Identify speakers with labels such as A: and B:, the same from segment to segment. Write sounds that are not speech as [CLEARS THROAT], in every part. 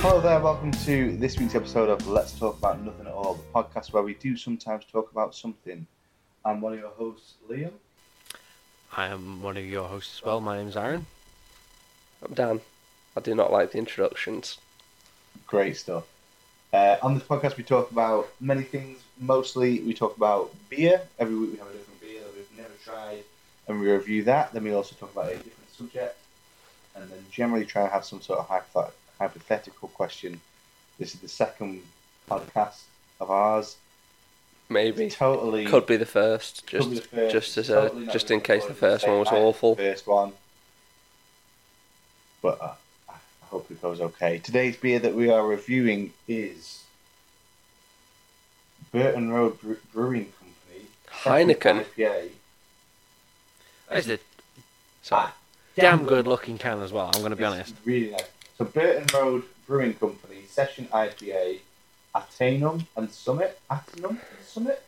A: Hello there, welcome to this week's episode of Let's Talk About Nothing at All, the podcast where we do sometimes talk about something. I'm one of your hosts, Liam.
B: I am one of your hosts as well. My name's Aaron.
C: I'm Dan. I do not like the introductions.
A: Great stuff. Uh, on this podcast, we talk about many things. Mostly, we talk about beer. Every week, we have a different beer that we've never tried, and we review that. Then we also talk about a different subject, and then generally try and have some sort of hypothet- hypothetical question. This is the second podcast of ours.
C: Maybe
A: Totally
C: could be the first, just
A: Could be the first.
C: just as a
A: Totally not
C: just
A: gonna
C: in case the
A: record in
C: first one was
A: same night,
C: awful.
A: First one, but uh, I hope it goes okay. Today's beer that we are reviewing is Burton Road Bre- Brewing Company
C: Heineken.
A: IPA.
B: It's a
C: Sorry.
B: Ah, damn good looking can as well. I'm going to be
A: It's
B: honest.
A: Really nice. So Burton Road Brewing Company Session IPA, Atenum and Summit. Atenum and Summit.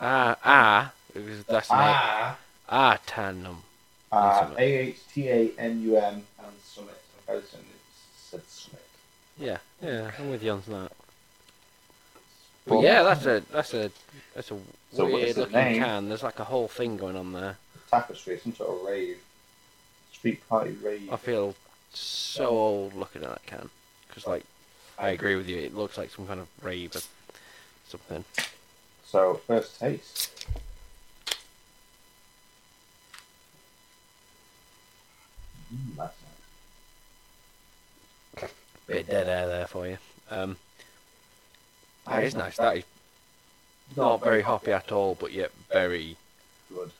B: Ah, ah, it was, that's ah. ah, tandem.
A: Uh,
B: Summit.
A: A H T A N U M and Summit. I'm very certain it said Summit.
B: Yeah, yeah, I'm with you on that.
A: Well,
B: But yeah, that's a that's a that's a
A: So what is
B: weird
A: the
B: looking
A: name?
B: can. There's like a whole thing going on there.
A: tapestry, some sort of rave, street party rave.
B: I feel so old looking at that can because like I agree with you. It looks like some kind of rave or something.
A: So first taste. Mm, that's nice.
B: Bit of dead air there for you. Um, that
A: That
B: is
A: is
B: nice.
A: not
B: That is not very hoppy at all, but yet very
A: Good.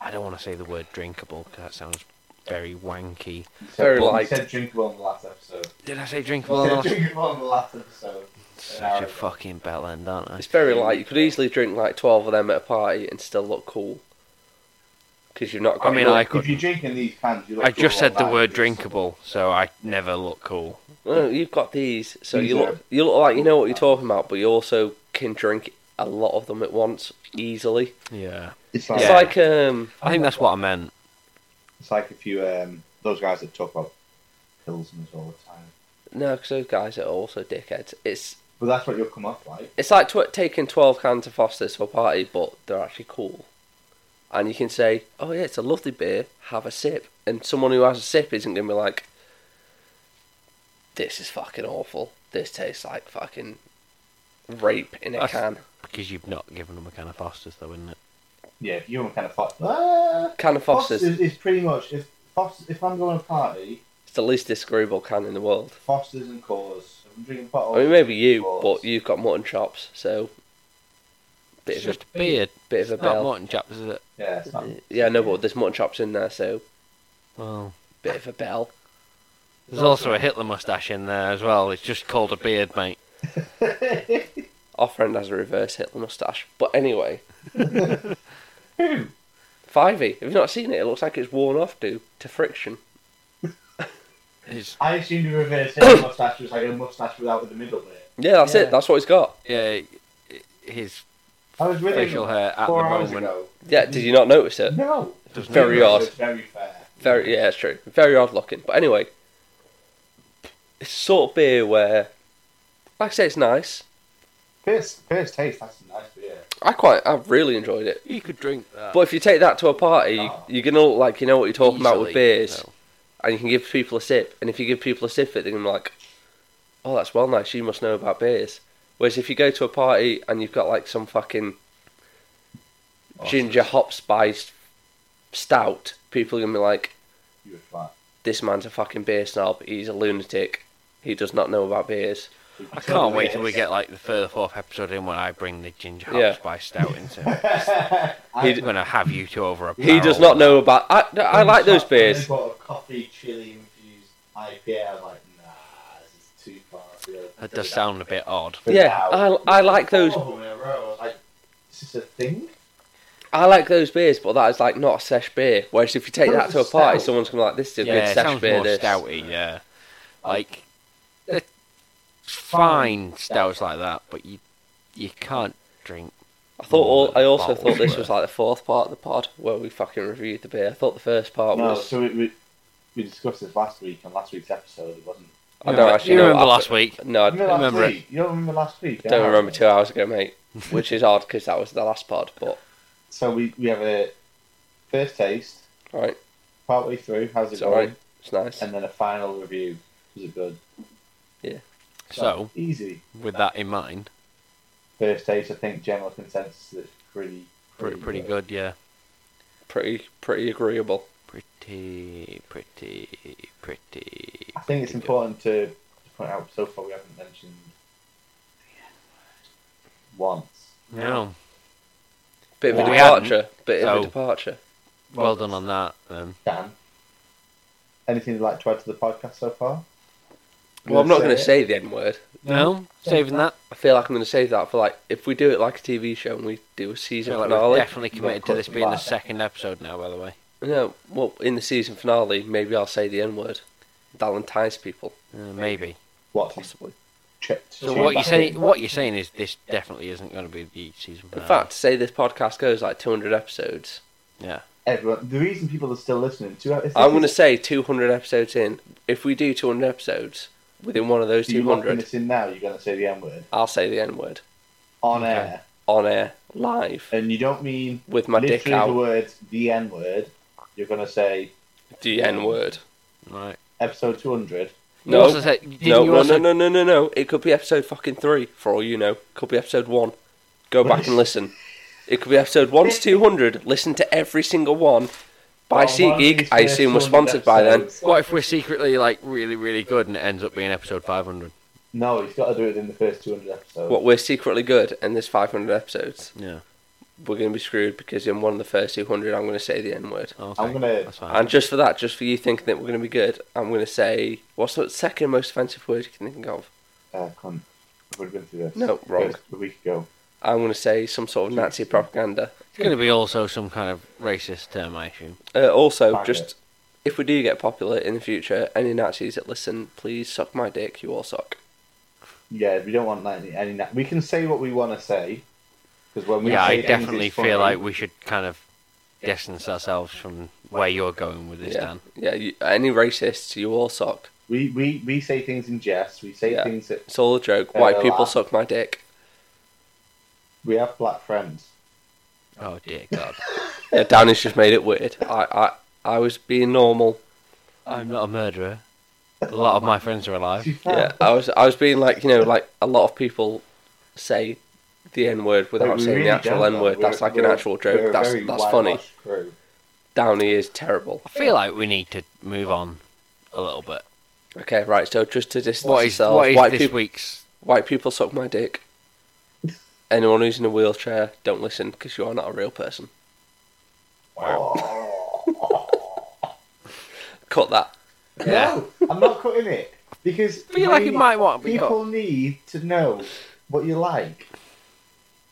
B: I don't want to say the word drinkable because that sounds very wanky.
A: You said,
C: Very
A: you
C: light.
A: said drinkable on the last episode.
B: Did I say drinkable?
A: You said drinkable on the last episode.
C: [LAUGHS]
B: Such a fucking bell end, aren't I?
C: It's very light. You could easily drink like twelve of them at a party and still look cool because you've not got.
B: I mean,
C: your-
B: I
A: If
B: could.
A: you're drinking these cans, you look
B: I just
A: cool
B: said the
A: online.
B: word drinkable, so I never look cool.
C: No, "Oh, you've got these, so
A: These
C: you
A: are-
C: look you look like you know what you're talking about, but you also can drink a lot of them at once easily.
B: Yeah,
A: It's like,
C: It's
B: Yeah.
C: like um,
B: I think that's what I meant.
A: it's like if you um those guys that talk about pills and all the time.
C: no, 'cause those guys are also dickheads. It's
A: But that's what you'll come off like.
C: It's like tw- taking 12 cans of Foster's to a party, but they're actually cool. And you can say, oh, yeah, it's a lovely beer, have a sip. And someone who has a sip isn't going to be like, this is fucking awful. This tastes like fucking rape in a
B: That's-
C: can.
B: Because you've not given them a can of Foster's, though, isn't it?
A: Yeah, if you were kind of fucked. Ah!
C: Can of Foster's.
A: Foster's is, is pretty much if Foster's, if I'm going to a party,
C: It's the least disagreeable can in the world.
A: Foster's and Coors. If I'm drinking bottles.
C: I mean, maybe you,
A: Coors.
C: but you've got mutton chops, so.
B: It's
C: Bit of
B: just a beard.
C: a, bit of
B: It's
C: a
B: not
C: bell.
B: mutton chops, is it?
A: Yeah, it's not.
B: [LAUGHS]
C: Yeah, no, but there's mutton chops in there, so.
B: Well,
C: Bit of a bell.
B: there's also a Hitler mustache in there as well. It's just called a beard,
C: [LAUGHS]
B: mate.
C: Our friend has a reverse Hitler mustache. But anyway.
A: Who?
C: Fivey, E. have you not seen it? It looks like it's worn off due to friction.
B: It's
A: I assumed you reverse
B: [LAUGHS]
A: his mustache was like a mustache without the middle bit.
C: Yeah, that's
A: Yeah.
C: it. That's what it's got.
B: yeah, it- his
A: I was with
B: facial
A: him
B: hair at the
A: four hours
B: moment.
A: ago.
C: Yeah, did you not notice it?
A: No.
B: doesn't
C: Very
B: look
C: odd.
A: It's Very fair.
C: Very, yeah, it's true. Very odd looking. But anyway, it's the sort of beer where, like I say, it's nice.
A: First, first taste. That's a nice beer.
C: I quite, I really enjoyed it.
B: You could drink that.
C: But if you take that to a party, you,
A: Oh.
C: you're gonna look like you know what you're talking about with
B: easily,
C: beers,
B: though.
C: and you can give people a sip. And if you give people a sip, of it, they're gonna be like, "Oh, that's well nice. You must know about beers." Whereas if you go to a party and you've got like some fucking ginger hop spiced stout, people are gonna be like,
A: You were flat.
C: "This man's a fucking beer snob. He's a lunatic. He does not know about beers."
B: I can't wait till we get like the third or fourth episode in when I bring the ginger hop
C: Yeah.
B: spice stout
C: [LAUGHS]
B: into.
A: [LAUGHS] I,
B: I'm gonna have you two over a.
C: He does
B: barrel.
C: not know about. I, no, I like those
A: when they
C: beers.
A: bought a coffee chili infused IPA. I was like, nah, this is too far. afield.
B: That does sound a bit odd.
A: But
C: Yeah,
A: now-
C: I, I like those.
A: Four of them in a row, I was like, is this a thing?
C: I like those beers, but that is like not a sesh beer. Whereas if you take
A: But
C: that
A: it's
C: to
A: a
C: a party,
A: stout.
C: someone's gonna be like, "This is a
B: yeah,
C: good
B: it
C: sesh
B: sounds
C: beer."
B: more
C: This.
B: stouty. Yeah, like they're fine stouts like that, but you you can't drink.
C: I thought. All, I also
B: Bottles
C: thought this
B: were.
C: was like the fourth part of the pod where we fucking reviewed the beer. I thought the first part
A: No,
C: was.
A: so we, we, we discussed this last week, and last week's episode it wasn't
C: I don't actually
B: you
C: know.
B: remember
C: what
B: last
C: happened.
B: week?
C: No, I
A: You remember last
B: remember it.
A: week? You don't remember last week?
C: don't
A: yeah?
C: remember two hours ago, mate. Which is odd because that was the last pod. But
A: So we, we have a first taste,
C: right,
A: partway through, how's it
C: it's
A: going?
C: alright. It's nice.
A: And then a final review. Was it good?
B: So,
A: easy.
B: with that in mind,
A: First taste, I think general consensus is pretty
B: pretty, pretty good, yeah.
C: Pretty, pretty agreeable.
B: Pretty, pretty, pretty.
A: I think it's
B: pretty good.
A: important to, to point out so far we haven't mentioned the N word once.
B: No,
C: Bit of a
A: Well, we
C: departure. Bit of
B: so-
C: a departure.
B: well done on that. Then
A: Dan. Anything you'd like to add to the podcast so far?
C: Well, I'm not going
A: to
C: to say the N word.
B: no, saving that.
C: I feel like I'm going to save that for like if we do it like a TV show and we do a season
B: Feel like we're
C: finale.
B: definitely committed to this being the second episode now. By the way,
C: No, well, in the season finale, maybe I'll say the N word. That'll entice people,
B: Uh, maybe.
A: what.
C: possibly.
A: Check,
B: So
A: tune
B: what you
A: back
B: saying?
A: in.
B: What you're saying is this definitely isn't going to be the season
C: In
B: finale.
C: fact, say this podcast goes like 200 episodes.
B: yeah,
A: Everyone, the reason people are still listening to it.
C: I'm going to say 200 episodes in. If we do 200 episodes within one of those
A: you locking
C: 200,
A: this in now. You're going to say the N word
C: I'll say the N word
A: on
B: Okay.
A: air,
C: on air, live,
A: and you don't mean
C: with my
A: literally
C: dick out.
A: the words the N word. You're going to say
C: The N word.
B: right.
A: episode 200.
B: You
C: No,
B: also said, didn't
C: no,
B: you
C: no,
B: also-
C: no, no, no, no, no. It could be episode fucking three, for all you know. Could be episode one. Go back and listen. It could be episode
B: [LAUGHS]
C: one to 200. Listen to every single one.
A: On
C: By
A: one of
C: SeatGeek,
A: these
C: I assume we're
A: first 200
C: sponsored by then.
A: episodes-
B: What if we're secretly like really, really good and it ends up being episode 500?
A: No, you've got to do it in the first 200 episodes.
C: What we're secretly good, and there's 500 episodes.
B: Yeah.
C: We're going to be screwed because in one of the first 200, I'm going to say the N word.
B: Okay.
A: I'm gonna-
B: That's fine.
C: And just for that, just for you thinking that we're going to be good, I'm going to say what's the second most offensive word you can think of?
A: Uh, cunt. I would have been through this.
C: No, wrong.
A: Just A week ago.
C: I'm going to say some sort of Nazi propaganda.
B: It's going to be also some kind of racist term, I assume.
C: Uh, also,
A: Bang
C: just
A: it.
C: if we do get popular in the future, any Nazis that listen, please suck my dick. You all suck.
A: Yeah, we don't want that any, any. We can say what we want to say. Because when we
B: yeah,
A: say
B: I
A: things,
B: definitely
A: it's
B: feel
A: funny.
B: like we should kind of distance ourselves from where you're going with this,
C: yeah,
B: Dan.
C: yeah. You, any racists, you all suck.
A: we, we we say things in jest. We say
C: Yeah.
A: things that
C: It's all a joke.
A: Yeah,
C: White
A: they're
C: people
A: laugh.
C: suck my dick.
A: we have black friends.
B: Oh, dear
A: [LAUGHS]
B: God.
C: Yeah, Dan has just made it weird. I, I, I was being normal.
B: I'm not a murderer. A lot of my friends are alive.
C: Yeah, I was, I was being like you know, like a lot of people say the N word
A: But
C: without
A: we
C: saying
A: really
C: the actual
A: don't,
C: N word.
A: though.
C: That's
A: We're-
C: like an
A: we're-
C: actual
A: we're a
C: joke. That's
A: very
C: that's funny.
A: whitewashed crew.
C: Downey is terrible.
B: I feel like we need to move on a little bit.
C: Okay, right. So just to distance
B: What is,
C: yourself,
B: what is
C: uh, white
B: this [LAUGHS]
C: people,
B: week's...
C: White people suck
A: [LAUGHS]
C: my dick. Anyone who's in a wheelchair, don't listen because you are not a real person. Cut that.
B: Yeah.
A: [LAUGHS] No, I'm not cutting it because
B: I feel like it
A: we-
B: might want to be cut.
A: People need to know what you like.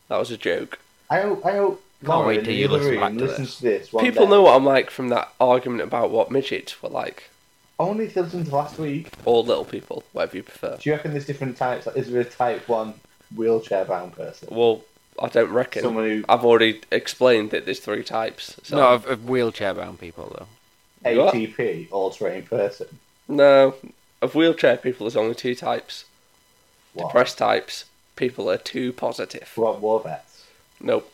C: That was a joke.
A: I hope. I hope.
B: Can't wait
A: Lauren
B: till
A: in
B: you
A: the other
B: listen
A: room
B: back to
A: listens
B: this.
A: to this. one
C: People
A: day.
C: know what I'm like from that argument about what midgets were like,
A: Only if they listened to last week.
C: or little people, whatever you prefer.
A: Do you reckon there's different types? Like, is there a type one wheelchair bound person?
C: Well, I don't reckon.
A: Someone who
C: I've already explained that there's three types. So.
B: No, of, of wheelchair-bound people, though.
C: What?
A: ATP all terrain person.
C: No, of wheelchair people, there's only two types.
A: What?
C: Depressed types, people are too positive.
A: What war vets?
C: Nope.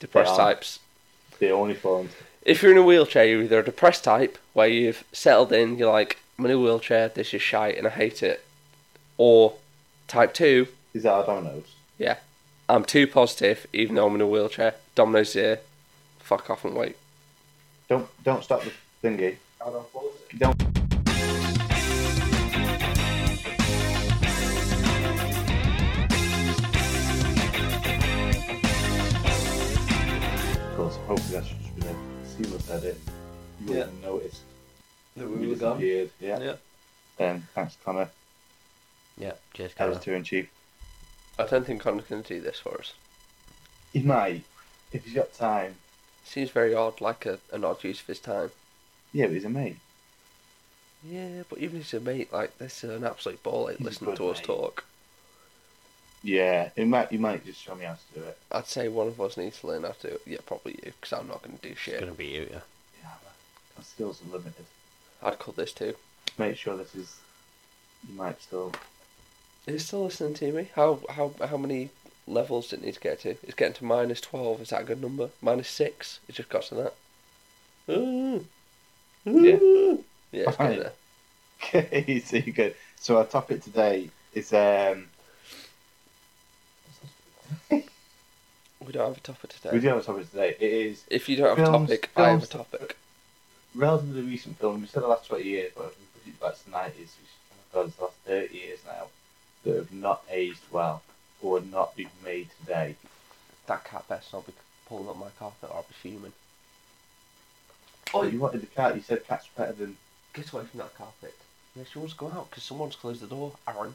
C: Depressed
A: Yeah.
C: types.
A: The only form.
C: If you're in a wheelchair, you're either a depressed type, where you've settled in, you're like, I'm in a wheelchair, this is shite and I hate it. Or type 2,
A: Is that dominoes?
C: I'm too positive, even though I'm in a wheelchair. Domino's here, fuck off and wait.
A: Don't don't stop the thingy. Don't. Of course, hopefully that's just been a seamless edit. You
C: Yeah.
A: wouldn't notice.
C: The
A: We disappeared. Yeah.
C: Yeah.
A: Um, thanks, Connor.
B: Yeah, cheers,
A: That was
B: Connor.
A: two in chief.
C: I don't think Connor's going to do this for us.
A: He might, if he's got time.
C: Seems very odd, like a, an odd use of his time.
A: Yeah, but he's a mate.
C: Yeah, but even as a mate, like, this is an absolute ball, like,
A: He's a
C: listening
A: good
C: to us
A: mate.
C: talk.
A: Yeah, he might. He might just show me how to do it.
C: I'd say one of us needs to learn how to do it. Yeah, probably you, because I'm not going to do
B: It's
C: shit.
B: going to be you, yeah.
A: Yeah, but my skills are limited.
C: I'd cut this too.
A: Make sure this is you might still. [LAUGHS]
C: Are you still listening to me? How how how many levels did it need to get to? It's getting to minus twelve. Is that a good number? Minus six. It just got to that. Ooh. Ooh. Yeah. It's
A: Right.
C: getting there.
A: Okay, so you good. So our topic today is um.
C: We don't have a topic
A: We
C: today.
A: do have a topic today. It is
C: If you don't have
A: Films-
C: a topic, I have a
A: films-
C: topic.
A: relatively recent film. We said the last twenty years, but if we put it back to the nineties, which is the last thirty years now, that have not aged well or would not be made today.
C: That cat best not be pulling up my carpet or I'll be fuming.
A: Oh, you wanted the cat. You said cats are better than.
C: Get away from that carpet. Yeah, she wants to go out because someone's closed the door. Aaron.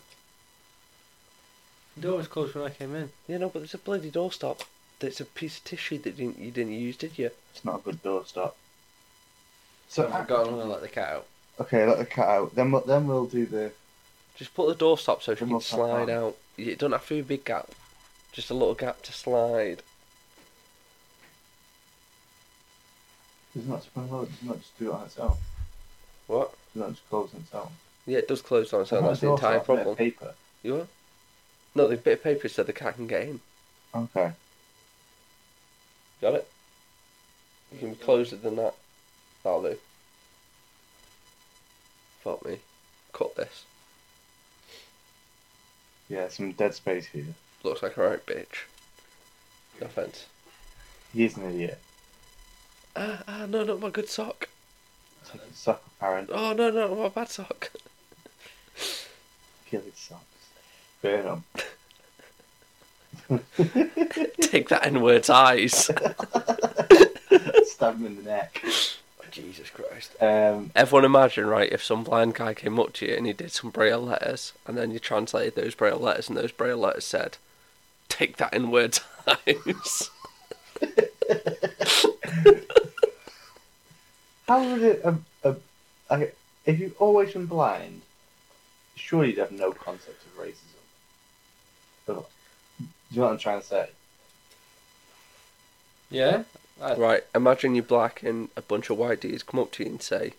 B: The door was closed when I came in.
C: Yeah, no, but there's a bloody doorstop. There's a piece of tissue that didn't, you didn't use, did you?
A: It's not a good doorstop. So
B: So I got to let the cat out.
A: okay, let the cat out. Then we'll, then we'll do the
C: Just put the doorstop so she
A: One
C: can
A: more cat
C: slide
A: down.
C: out. It do not have to be a big gap. Just a little gap to slide.
A: Does not spring load, does not just do it on its own.
C: What?
A: Does not just close on its own.
C: Yeah, it does close on its own.
A: Sometimes
C: That's the
A: they also
C: entire
A: have a bit of
C: problem.
A: Paper.
C: You what? No, the bit of paper said the cat can get in.
A: Okay.
C: Got it? You can be closer than that. That'll do. Fuck me. Cut this.
A: Yeah, some dead space here.
C: Looks like a right bitch. No offense.
A: He's an idiot.
C: Ah, ah, no, not my good sock.
A: Take his sock off, Aaron.
C: Oh, no, no, my bad sock. [LAUGHS]
A: Kill his socks. Burn
C: [LAUGHS]
A: them.
C: Take that in words eyes. [LAUGHS]
A: Stab him in the neck.
B: Oh,
C: Jesus Christ.
A: Um,
C: Everyone imagine, right, if some blind guy came up to you and he did some braille letters, and then you translated those braille letters, and those braille letters said, Take that in words [LAUGHS] eyes.
A: how would it... Um, um, I, if you've always been blind, sure you'd have no concept of racism. But, do you know what I'm trying to say?
B: Yeah?
C: Right, imagine you're black and a bunch of white dudes come up to you and say,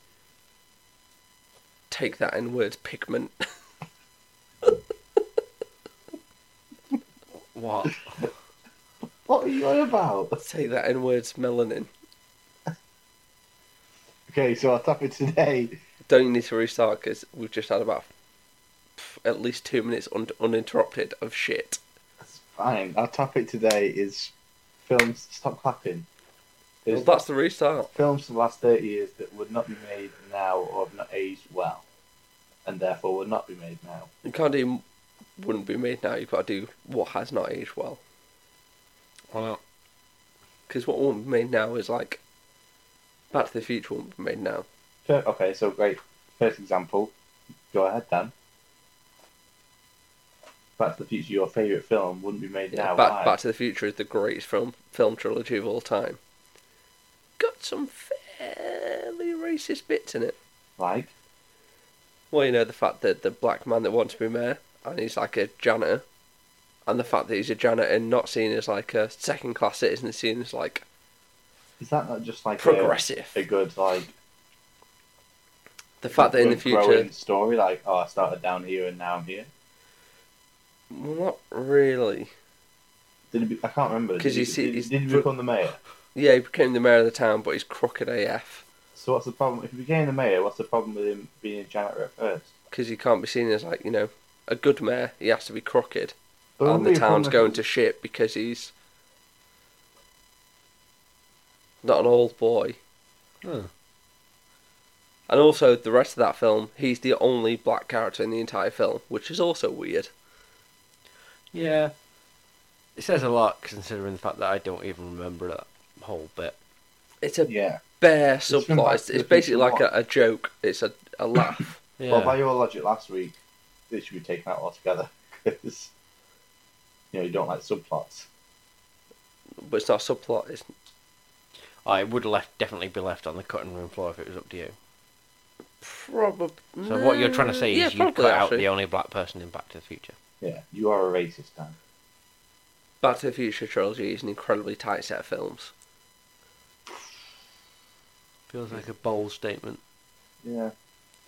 C: Take that in words, pigment. [LAUGHS]
B: What?
A: What are you on about?
C: Take that in words, melanin.
A: Okay, so our topic today
C: Don't need to restart because we've just had about pff, at least two minutes un- uninterrupted of shit.
A: That's fine. Our topic today is films. Stop clapping.
C: Well,
A: Is
C: that's the restart.
A: films for the last thirty years that would not be made now or have not aged well, and therefore would not be made now.
C: You can't do wouldn't be made now. You've got to do what has not aged well.
B: Why not?
C: Because what won't be made now is like Back to the Future won't be made now.
A: Fir- Okay, so great. First example. Go ahead, Dan. Back to the Future, your favourite film, wouldn't be made
C: Yeah,
A: now.
C: Back
A: Why?
C: Back to the Future is the greatest film film trilogy of all time. Got some fairly racist bits in it.
A: Like,
C: Well, you know the fact that the black man that wants to be mayor and he's like a janitor, and the fact that he's a janitor and not seen as like a second class citizen, is seen as like
A: is that not just like a,
C: progressive.
A: a good like
C: The fact that in the
A: good
C: future
A: growing story? Like, oh, I started down here and now I'm here.
C: Well, not really.
A: Did he be, I can't remember.
C: 'Cause
A: Did he-
C: you see-
A: did-
C: he's-
A: did he become the mayor?
C: Yeah, he became the mayor of the town, but he's crooked AF
A: So what's the problem? If he became the mayor, what's the problem with him being a janitor at first?
C: because he can't be seen as like you know a good mayor. He has to be crooked,
A: There
C: and
A: wouldn't
C: the
A: be a problem
C: town's
A: if-
C: going to shit because he's not an old boy.
B: Oh.
C: And also, the rest of that film, he's the only black character in the entire film, which is also weird.
B: Yeah. It says a lot considering the fact that I don't even remember that whole bit.
C: It's a
A: Yeah.
C: bare
A: been
C: subplot.
A: Back
C: It's,
A: to the
C: it's basically
A: Future
C: like a, a joke. It's a, a laugh.
B: Yeah.
A: Well, by your logic, last week it should be taken out altogether [LAUGHS] because you know you don't like subplots.
C: but it's not a subplot. It's
B: I would left definitely be left on the cutting room floor if it was up to you.
C: probably.
B: So what you're trying to say is you cut out the only black person in Back to the Future.
A: Yeah, you are a racist, Dan.
C: Back to the Future trilogy is an incredibly tight set of films.
B: Feels like a bold statement.
A: Yeah.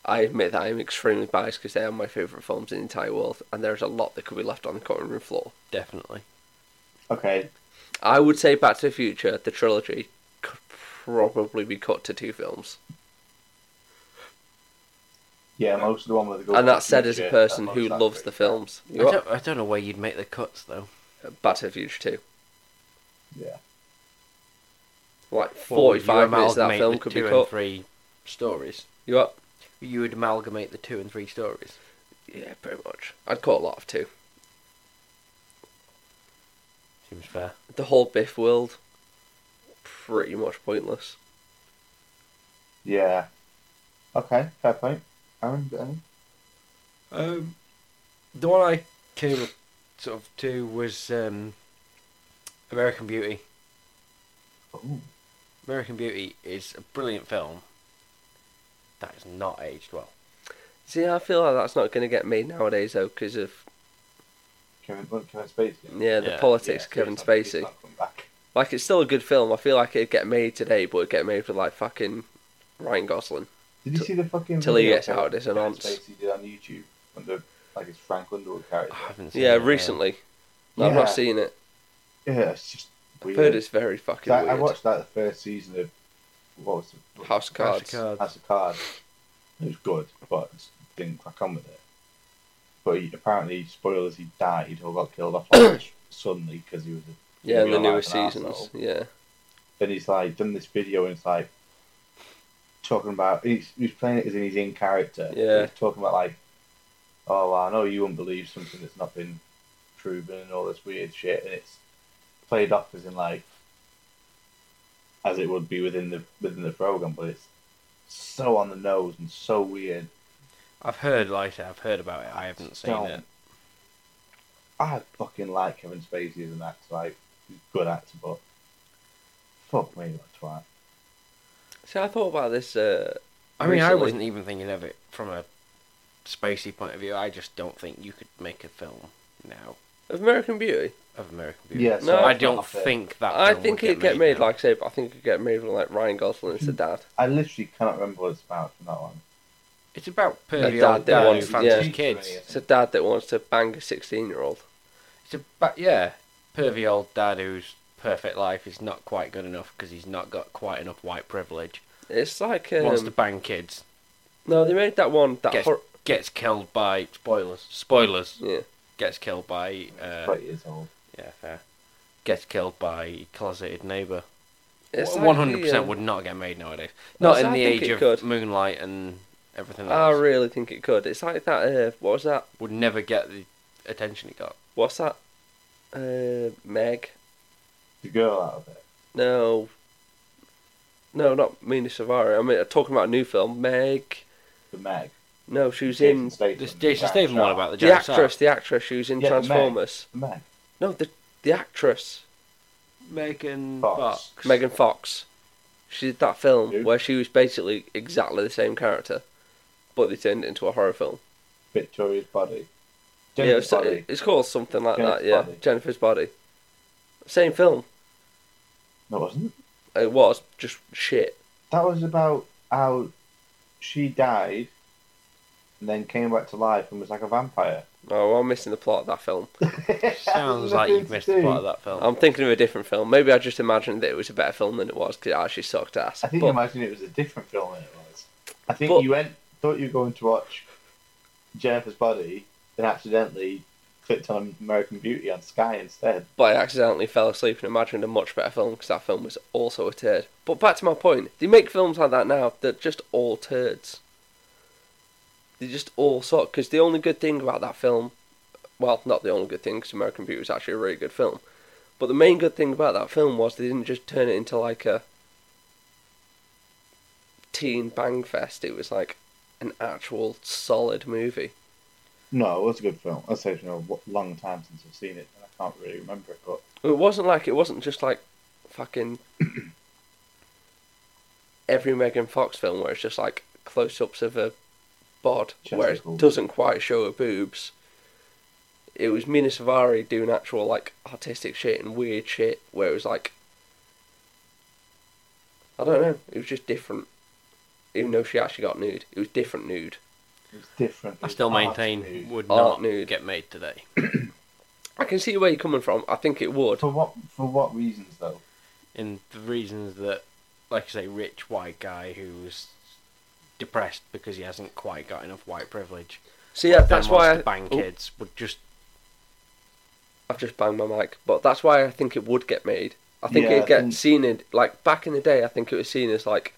C: I admit that I am extremely biased because they are my favourite films in the entire world, and there is a lot that could be left on the cutting room floor.
B: Definitely.
A: Okay,
C: I would say Back to the Future, the trilogy, could probably be cut to two films.
A: yeah, most of the one with the gold.
C: and that's said as a person who loves the films.
B: I don't, I don't know where you'd make the cuts though.
C: Back to the Future 2.
A: Yeah.
C: Like
B: Or you
C: 45 minutes of that
B: amalgamate
C: film
B: the
C: could be
B: two
C: cut.
B: and three stories.
C: You up?
B: You would amalgamate the two and three stories.
C: Yeah, pretty much. I'd cut a lot of two.
B: Seems fair.
C: The whole Biff world, pretty much pointless.
A: Yeah. Okay, fair point. Aaron, got any?
B: Um, the one I came up sort of to was um, American Beauty.
A: Ooh.
B: American Beauty is a brilliant film that is not aged well.
C: See, I feel like that's not going to get made nowadays, though, because of
A: Kevin, well, Kevin Spacey.
C: yeah the
B: Yeah,
C: politics of
A: Yeah,
C: Kevin
A: he's not- he's
C: Spacey.
A: not coming back.
C: Like, it's still a good film. I feel like it'd get made today, but it'd get made with, like, fucking Ryan Gosling.
A: Did you
C: Till-
A: see the fucking
C: till he
A: video
C: gets out of this
A: Kevin
C: announce.
A: Spacey did on YouTube under like his Frank Underwood character?
B: I haven't seen
C: Yeah,
B: it,
C: recently. I've
A: Yeah.
C: not seen it.
A: Yeah, it's just
C: I've
A: weird.
C: heard it's very fucking
A: So I,
C: weird.
A: I watched that the first season of what was it?
C: House of
B: House of
C: Cards.
B: Cards.
A: House of Cards. It was good, but I just didn't crack on with it. But he, apparently, spoilers, he died or got killed off like, suddenly because he was. A,
C: Yeah, in the
A: real life
C: newest
A: an
C: seasons.
A: arsehole.
C: Yeah.
A: Then he's like done this video and it's like talking about he's, he's playing it as in he's in character.
C: Yeah.
A: He's talking about like, oh, well, I know you wouldn't believe something that's not been proven and all this weird shit, and it's played off as in like as it would be within the within the program, but it's so on the nose and so weird.
B: I've heard, like I said, I've heard about it. I haven't seen
A: Don't.
B: it.
A: I fucking like Kevin Spacey as an actor, like he's a good actor, but fuck me, that's right.
C: See, I thought about this. Uh,
B: I mean, I
C: recently.
B: wasn't even thinking of it from a spacey point of view. I just don't think you could make a film now
C: Of American Beauty.
B: of American Beauty.
A: Yeah,
C: No,
A: it's
B: I
A: not
B: don't
A: fair.
B: think that.
C: I
B: film would
C: think it'd get made,
B: now.
C: like I say, but I think it'd get made with like Ryan Gosling as the dad.
B: [LAUGHS]
A: I literally cannot remember what it's about from that one.
B: it's about pervy
C: dad
B: old
C: that
B: dad who
C: wants-
B: fancies
A: yeah.
B: kids.
C: It's a dad that wants to bang a sixteen-year-old.
B: It's about yeah, pervy old dad whose perfect life is not quite good enough because he's not got quite enough white privilege.
C: It's like
B: Wants to
C: um,
B: bang kids,
C: no, they made that one that
B: Guess-
C: hor-
B: gets killed by spoilers. Spoilers
C: yeah,
B: gets killed by uh,
A: Twenty years old.
B: yeah fair. Gets killed by closeted neighbour.
C: it's
B: One hundred
C: like the,
B: percent
C: um,
B: would not get made nowadays.
C: No,
B: Not
C: so
B: in
C: I
B: the
C: think
B: age
C: it
B: of
C: could. Ah,
B: Moonlight and everything
C: I
B: else.
C: really think it could. It's like that. Uh, what was that?
B: Would never get the attention it got.
C: What's that? Uh, Meg?
A: The girl out of it.
C: No. No, not Mina Savari. I mean, I'm talking about a new film. Meg.
A: The Meg.
C: No, she was
A: Jason
C: in
A: Statham.
B: This Jason
A: Jack
B: Statham one
A: Sharp.
B: about the,
C: the
B: Jack Sharp.
C: actress. The actress. She was in
A: Yeah, Meg.
C: Transformers.
A: The Meg.
C: No, the the actress
B: Megan
A: Fox.
B: Fox.
C: Megan Fox. She did that film
A: Who?
C: where she was basically exactly the same character, but they turned it into a horror film.
A: Victoria's body.
C: yeah,
A: Jennifer's
C: it's,
A: body.
C: it's called something like
A: Jennifer's
C: that. Yeah,
A: Body.
C: Jennifer's Body. Same film.
A: No, it wasn't.
C: It was just shit.
A: That was about how she died and then came back to life and was like a vampire.
C: Oh, I'm missing the plot of that film.
B: [LAUGHS] [LAUGHS]
A: [LAUGHS]
B: Sounds like you've missed the plot of that film.
C: I'm thinking of a different film. Maybe I just imagined that it was a better film than it was because it actually sucked ass.
A: I think
C: But-
A: you imagine it was a different film than it was. I think
C: But-
A: you went thought you were going to watch Jennifer's body and accidentally clicked on American Beauty on Sky instead.
C: but I accidentally fell asleep and imagined a much better film because that film was also a turd. But back to my point, they make films like that now that just all turds. They just all suck because the only good thing about that film, well, not the only good thing because American Beauty was actually a really good film, but the main good thing about that film was they didn't just turn it into like a teen bang fest. It was like an actual solid movie.
A: No, it was a good film. I say it's been a w- long time since I've seen it, and I can't really remember it. But
C: It wasn't like it wasn't just like fucking every Megan Fox film where it's just like close ups of a bod where it
A: Chesticles.
C: doesn't quite show her boobs. It was Mina Savari doing actual like artistic shit and weird shit where it was like I don't know, it was just different. even though she actually got nude. It was different nude.
A: It's different.
B: I still
A: It's art
B: maintain
A: nude.
B: would
C: Art
B: not
C: nude.
B: get made today.
C: I can see where you're coming from. I think it would.
A: For what for what reasons though?
B: And the reasons that, like I say, rich white guy who's depressed because he hasn't quite got enough white privilege.
C: So yeah,
B: then
C: that's
B: wants
C: why I,
B: to bang
C: Oh,
B: kids would just
C: I've just banged my mic, but that's why I think it would get made. I think
A: Yeah, I
C: it'd get
A: think-
C: seen in like back in the day. I think it was seen as like,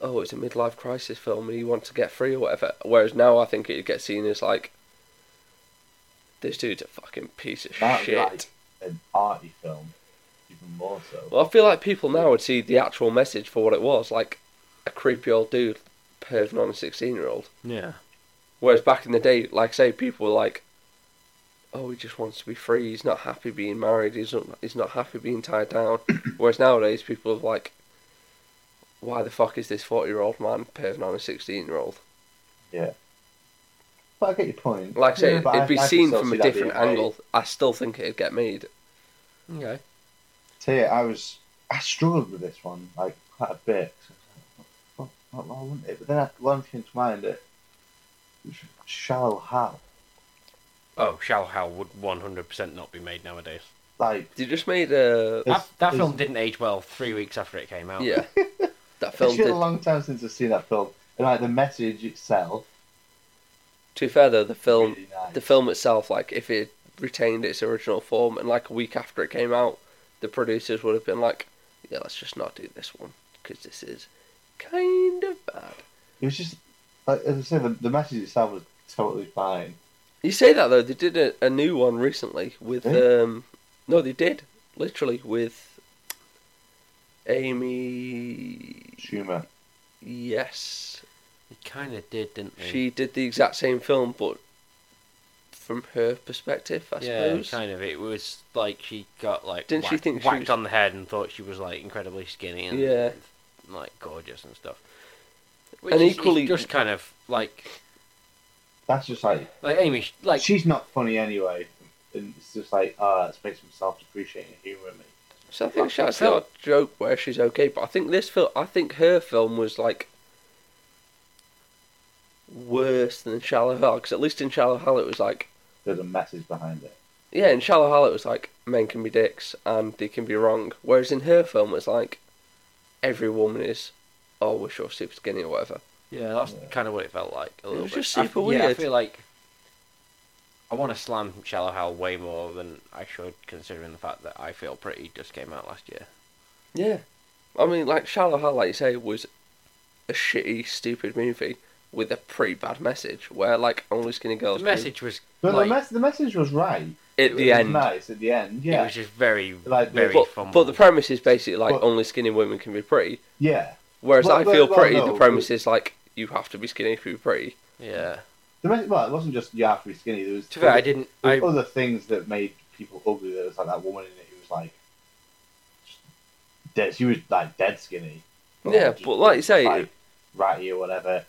C: oh, it's a midlife crisis film, and you want to get free or whatever. Whereas now, I think it'd get seen as like, this dude's a fucking piece of
A: That
C: shit.
A: like an arty film, even more so.
C: Well, I feel like people now would see the actual message for what it was, like a creepy old dude perving on a sixteen-year-old.
B: yeah.
C: Whereas back in the day, like I say, people were like, "Oh, he just wants to be free. He's not happy being married. He's not, he's not happy being tied down." Whereas nowadays, people are like, "Why the fuck is this forty-year-old man perving on a sixteen-year-old?"
A: but I get your point.
C: Like I say,
A: Yeah, but
C: it'd
A: I-
C: be
A: I can
C: seen
A: still
C: from
A: see
C: a
A: that being
C: different
A: made.
C: angle. I still think it'd get made.
B: Okay.
A: So yeah, I was I struggled with this one like quite a bit. 'cause I was like, What, what, why wouldn't it? But then I, one thing to mind it was shallow how
B: Oh, Shao Hao would 100% not be made nowadays.
A: like
C: They just made a
A: It's-
B: That, that
A: it's-
B: film didn't age well three weeks after it came out.
C: yeah. That
A: it's
C: film
A: been
C: did.
A: a long time since I've seen that film. And like the message itself,
C: To be fair though, the film
A: really nice.
C: the film itself, like if it retained its original form and like a week after it came out, the producers would have been like, "Yeah, let's just not do this one because this is kind of bad."
A: it was just like as I said, the, the message itself was totally fine.
C: You say that though. They did a, a new one recently with
A: Eh?
C: um, no, they did literally with Amy.
A: Schumer,
C: Yes,
B: It kind of did, didn't it?
C: she did the exact same film, but from her perspective, I
B: yeah,
C: suppose.
B: kind of. It was like she got like
C: Didn't she
B: whacked,
C: think she
B: whacked
C: was-
B: on the head and thought she was like incredibly skinny and
C: Yeah.
B: like gorgeous and stuff. Which
C: And
B: is- is
C: equally-
B: just kind of like
A: that's just like
B: like Amy, sh- like
A: she's not funny anyway, and it's just like ah, it's makes myself appreciating humour in me.
C: So I think she actually got a joke where she's okay, but I think this film, I think her film was like worse than Shallow Hal because at least in Shallow Hal it was like
A: There's a message behind it.
C: yeah, in Shallow Hal it was like men can be dicks and they can be wrong, whereas in her film it's like every woman is oh we're sure super skinny or whatever.
B: yeah, that's
A: Yeah.
B: kind of what it felt like. A little
C: was
B: bit.
C: just
B: I-
C: super
B: Yeah, I
C: weird.
B: feel like I want to slam Shallow Hal way more than I should, considering the fact that I Feel Pretty just came out last year.
C: Yeah, I mean like Shallow Hal, like you say, was a shitty, stupid movie with a pretty bad message where like only skinny girls
B: The
C: can-
B: message was
A: But
B: like,
A: the, mes- the message was right.
C: at the
A: it was
C: end.
A: nice at the end.
B: It
A: Yeah,
B: was just very,
A: Like,
B: very
C: but,
B: fumbled.
C: but the premise is basically like
A: But-
C: only skinny women can be pretty.
A: yeah.
C: Whereas
A: Well,
C: I
A: well,
C: feel
A: well,
C: pretty.
A: no,
C: the premise is like you have to be skinny to be pretty.
B: yeah.
A: The message, well, it wasn't just you have to be skinny. There was
B: To be fair, I didn't.
A: there
B: I
A: was other things that made people ugly. There was like that woman in it who was like just dead. She was like dead skinny.
C: Yeah,
A: just
C: but like you say-
A: like, ratty or whatever.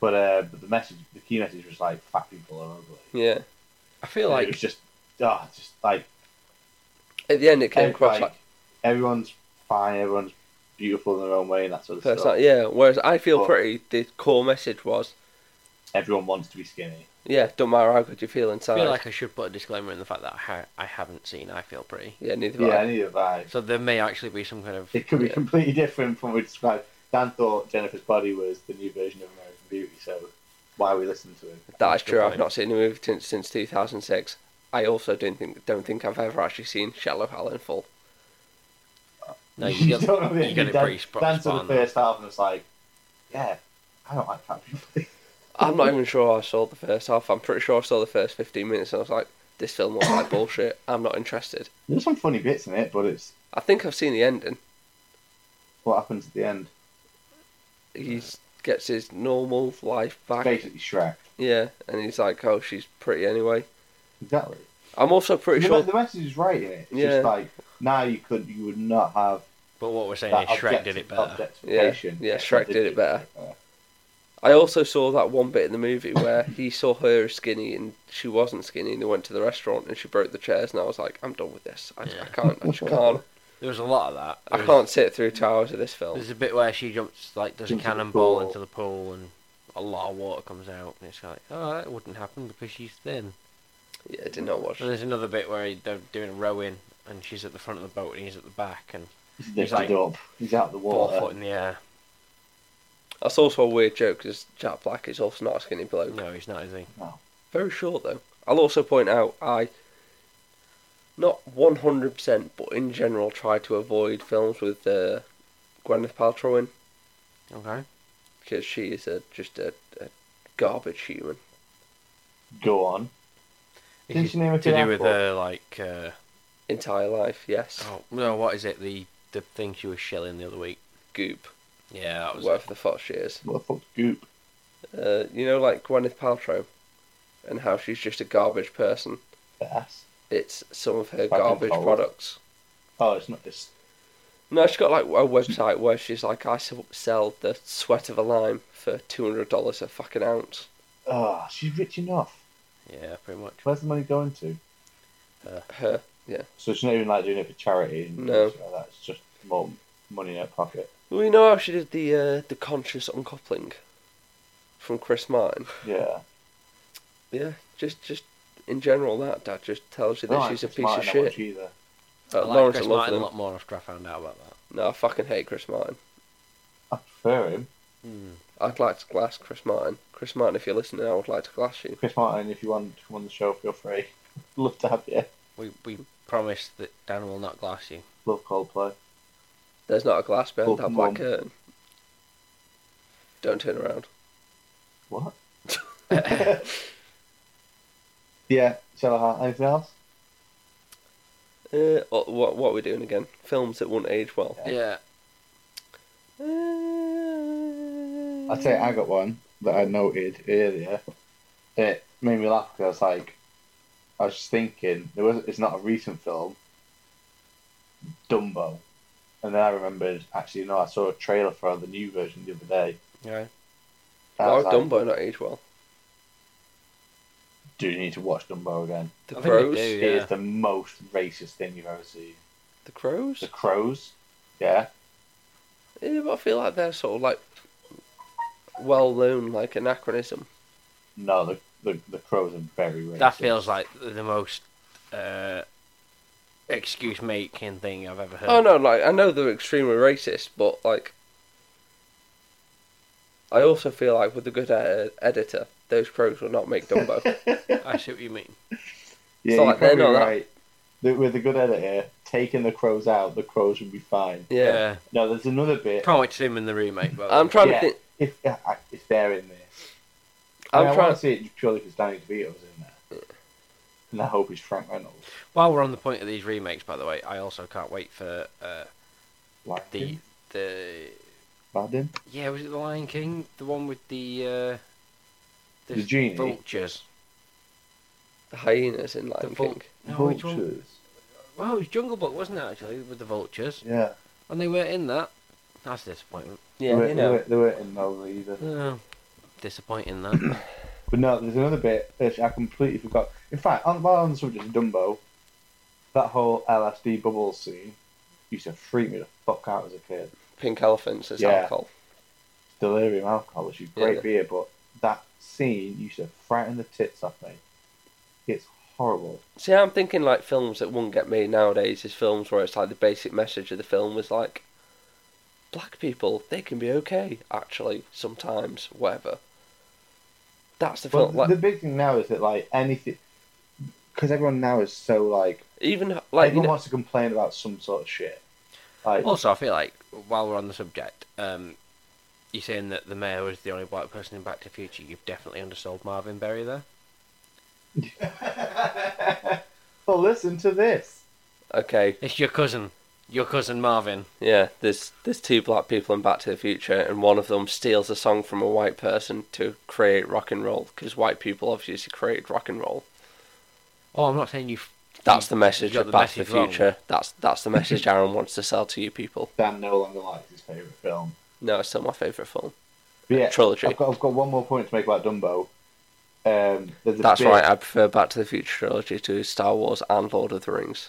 A: But uh, but the message, the key message was like fat people are ugly.
C: Yeah.
B: I feel
A: And it was
B: like
A: just ah, just like
C: At the end, it came
A: ev-
C: across
A: like,
C: like,
A: everyone's fine, everyone's beautiful in their own way, and that sort of
C: first
A: stuff.
C: night, Yeah. Whereas I feel
A: But-
C: pretty. The core message was
A: Everyone wants to be skinny.
C: yeah. Don't matter how good you feel
B: I
C: inside.
B: feel like I should put a disclaimer in the fact that I, ha- I haven't seen I Feel Pretty,
C: yeah. Neither.
A: Yeah,
C: Yeah.
A: I need a vibe.
B: so there may actually be some kind of
A: It could be
C: Yeah.
A: completely different from what we described. Dan thought Jennifer's Body was the new version of American Beauty, so why are we listening to him?
C: That is
B: Good
C: true. I've
B: point.
C: not seen a movie since since 2006. I also don't think don't think I've ever actually seen Shallow Hal in full.
A: [LAUGHS]
B: no. You get,
A: don't know
B: you get it
A: Dan,
B: pretty spot,
A: Dan
B: spot
A: saw the
B: on. that.
A: first half and was like, yeah, I don't like fat people.
C: I'm not even sure I saw the first half. I'm pretty sure I saw the first 15 minutes and I was like, this film
A: [COUGHS]
C: looks like bullshit. I'm not interested.
A: [LAUGHS] There's some funny bits in it, but it's
C: I think I've seen the ending.
A: what happens at the end.
C: He gets his normal life back.
A: Basically Shrek.
C: Yeah, and he's like, oh, she's pretty anyway.
A: Exactly.
C: I'm also pretty
A: The,
C: sure.
A: the message is right in it. It's
C: Yeah.
A: just like, now you could, you would not have
B: But what we're saying
A: that
B: is Shrek did it
A: objecti-
B: better.
A: objectification.
C: Yeah, yeah, Shrek did it better.
A: Yeah.
C: I also saw that one bit in the movie where he saw her as skinny and she wasn't skinny, and they went to the restaurant and she broke the chairs, and I was like, I'm done with this. I, I
B: Yeah.
A: [LAUGHS]
C: can't. I just can't.
B: There was a lot of that.
C: I
B: There was-
C: can't sit through two hours of this film.
B: There's a bit where she jumps, like, does a
A: Into the
B: cannonball
A: pool.
B: into the pool, and a lot of water comes out, and it's like, oh, that wouldn't happen because she's thin.
C: Yeah, I did not watch.
B: And there's another bit where they're doing rowing, and she's at the front of the boat, and he's at the back, and
A: He's
B: He's
A: lifted
B: like-
A: up. He's out of the
B: four foot
A: water.
B: in the air.
C: That's also a weird joke because Jack Black is also not a skinny bloke.
B: No, he's not, is he?
C: Very short though. I'll also point out I not one hundred percent, but in general, try to avoid films with uh, Gwyneth Paltrow in
B: Okay.
C: because she is a, just a, a garbage human.
A: Go on. Didn't
B: It's
A: she name a
B: to
A: kid
B: do with
A: after?
B: the, like, uh,
C: Entire life, yes.
B: oh, no, what is it? The the thing she was shelling the other week.
C: Goop.
B: Yeah, that was it.
C: Whatever the fuck she is.
A: What the fuck's goop?
C: Uh, you know, like Gwyneth Paltrow, and how she's just a garbage person.
A: Ass.
C: It's some of her
A: Fucking
C: garbage
A: horrible.
C: products.
A: Oh, it's not this.
C: No, she's got like a website where she's like, I sell- sell the sweat of a lime for two hundred dollars a fucking ounce.
A: Ah, she's rich enough.
B: Yeah, pretty much.
A: Where's the money going to?
C: Her,
A: So she's not even like doing it for charity. and
C: No.
A: stuff Like that. It's just more money in her pocket.
C: well, you know how she did the uh, the conscious uncoupling from Chris Martin.
A: Yeah.
C: Yeah, just just in general, that that just tells you that
A: No, I
C: she's a
A: think
C: piece
A: Martin
C: of
A: that much
C: shit.
A: Either.
B: I
C: Uh,
B: like
C: Lawrence, I
B: Chris
C: love
B: Martin
C: them.
B: a lot more after I found out about that.
C: No, I fucking hate Chris Martin.
A: I prefer him.
B: Hmm.
C: I'd like to glass Chris Martin. Chris Martin, if you're listening, I would like to glass you.
A: Chris Martin, if you want to come on the show, feel free. [LAUGHS] Love to have you.
B: We we promised that Dan will not glass
C: [LAUGHS]
B: you.
A: Love Coldplay.
C: There's not a glass behind
A: Oh,
C: that
A: come
C: black
A: on.
C: curtain. Don't turn around. [LAUGHS]
A: What? [LAUGHS] yeah. So, uh, anything else?
C: Uh, what what what are we doing again? Films that won't age well.
B: Yeah.
A: I'd say I got one that I noted earlier. It made me laugh because I was like, I was just thinking, there was, it's not a recent film, Dumbo. And then I remembered, actually, no, I saw a trailer for the new version the other day.
B: Yeah.
A: I
C: Why
A: was
C: would
A: like,
C: Dumbo not age well?
A: Do you need to watch Dumbo again?
C: The
B: I think they
C: crows.
B: do.
A: It
B: Yeah.
A: is the most racist thing you've ever seen.
C: The crows.
A: The crows, yeah.
C: Yeah, but I feel like they're sort of like well known, like anachronism.
A: No, the, the, the crows are very racist.
B: That feels like the most uh, excuse making thing I've ever heard.
C: Oh no, like I know they're extremely racist, but like I also feel like with a good ed- editor, those crows will not
A: [LAUGHS]
C: make [LAUGHS] Dumbo.
B: I see what you mean.
A: Yeah,
C: So,
A: you're
C: like, they're
A: probably
C: not that-
A: right. The- With a good editor, taking the crows out, the crows would be fine.
C: yeah.
A: No, there's another
B: Yeah.
A: bit.
B: Uh, Can't wait to see him in the remake. But
C: I'm trying
A: Yeah.
C: to think.
A: If uh, I- if they're in this, I,
C: I'm
A: mean, I
C: trying.
A: want to see it purely because Danny DeVito's in there, and I hope it's Frank Reynolds.
B: While we're on the point of these remakes, by the way, I also can't wait for uh,
A: Like
B: the
A: him,
B: the
A: bad him.
B: yeah was it the Lion King the one with the uh,
A: The genie?
B: vultures
C: The hyenas in Lion
B: vul-
C: King.
B: no which one
A: Vultures.
B: well it was Jungle Book wasn't it actually with the vultures
A: Yeah,
B: and they were in that that's a disappointment
A: they were- they were- they weren't in those either.
B: no
A: [COUGHS]
B: disappointing that
A: But no, there's another bit which I completely forgot. In fact, on, while on the subject of Dumbo, that whole LSD bubble scene used to freak me the fuck out as a kid.
C: Pink elephants as
A: Yeah.
C: alcohol.
A: delirium alcohol, which is great
C: Yeah.
A: beer, but that scene used to frighten the tits off me. It's horrible.
C: See, I'm thinking like films that wouldn't get made nowadays is films where it's like the basic message of the film was like, black people they can be okay actually sometimes whatever. That's the
A: But
C: film. Like
A: the big thing now is that like anything, because everyone now is so like
C: even like you
A: everyone
C: know,
A: wants to complain about some sort of shit. Like
B: also I feel like while we're on the subject um, you're saying that the mayor was the only black person in Back to the Future you've definitely undersold Marvin Berry there
A: [LAUGHS] well, listen to this.
C: okay
B: it's your cousin your cousin Marvin
C: yeah there's there's two black people in Back to the Future and one of them steals a song from a white person to create rock and roll because white people obviously created rock and roll.
B: oh I'm not saying you f-
A: Mm.
C: That's the message
B: got
C: of
B: the
C: Back to the
B: message wrong.
C: Future. That's that's
B: [LAUGHS]
C: the message Aaron wants to sell to you people.
A: Dan no longer likes his favorite film.
C: No, it's still my favorite film.
A: But yeah,
C: Trilogy.
A: I've got, I've got one more point to make about Dumbo. Um, there's a
C: That's
A: bit-
C: right. I prefer Back to the Future trilogy to Star Wars and Lord of the Rings.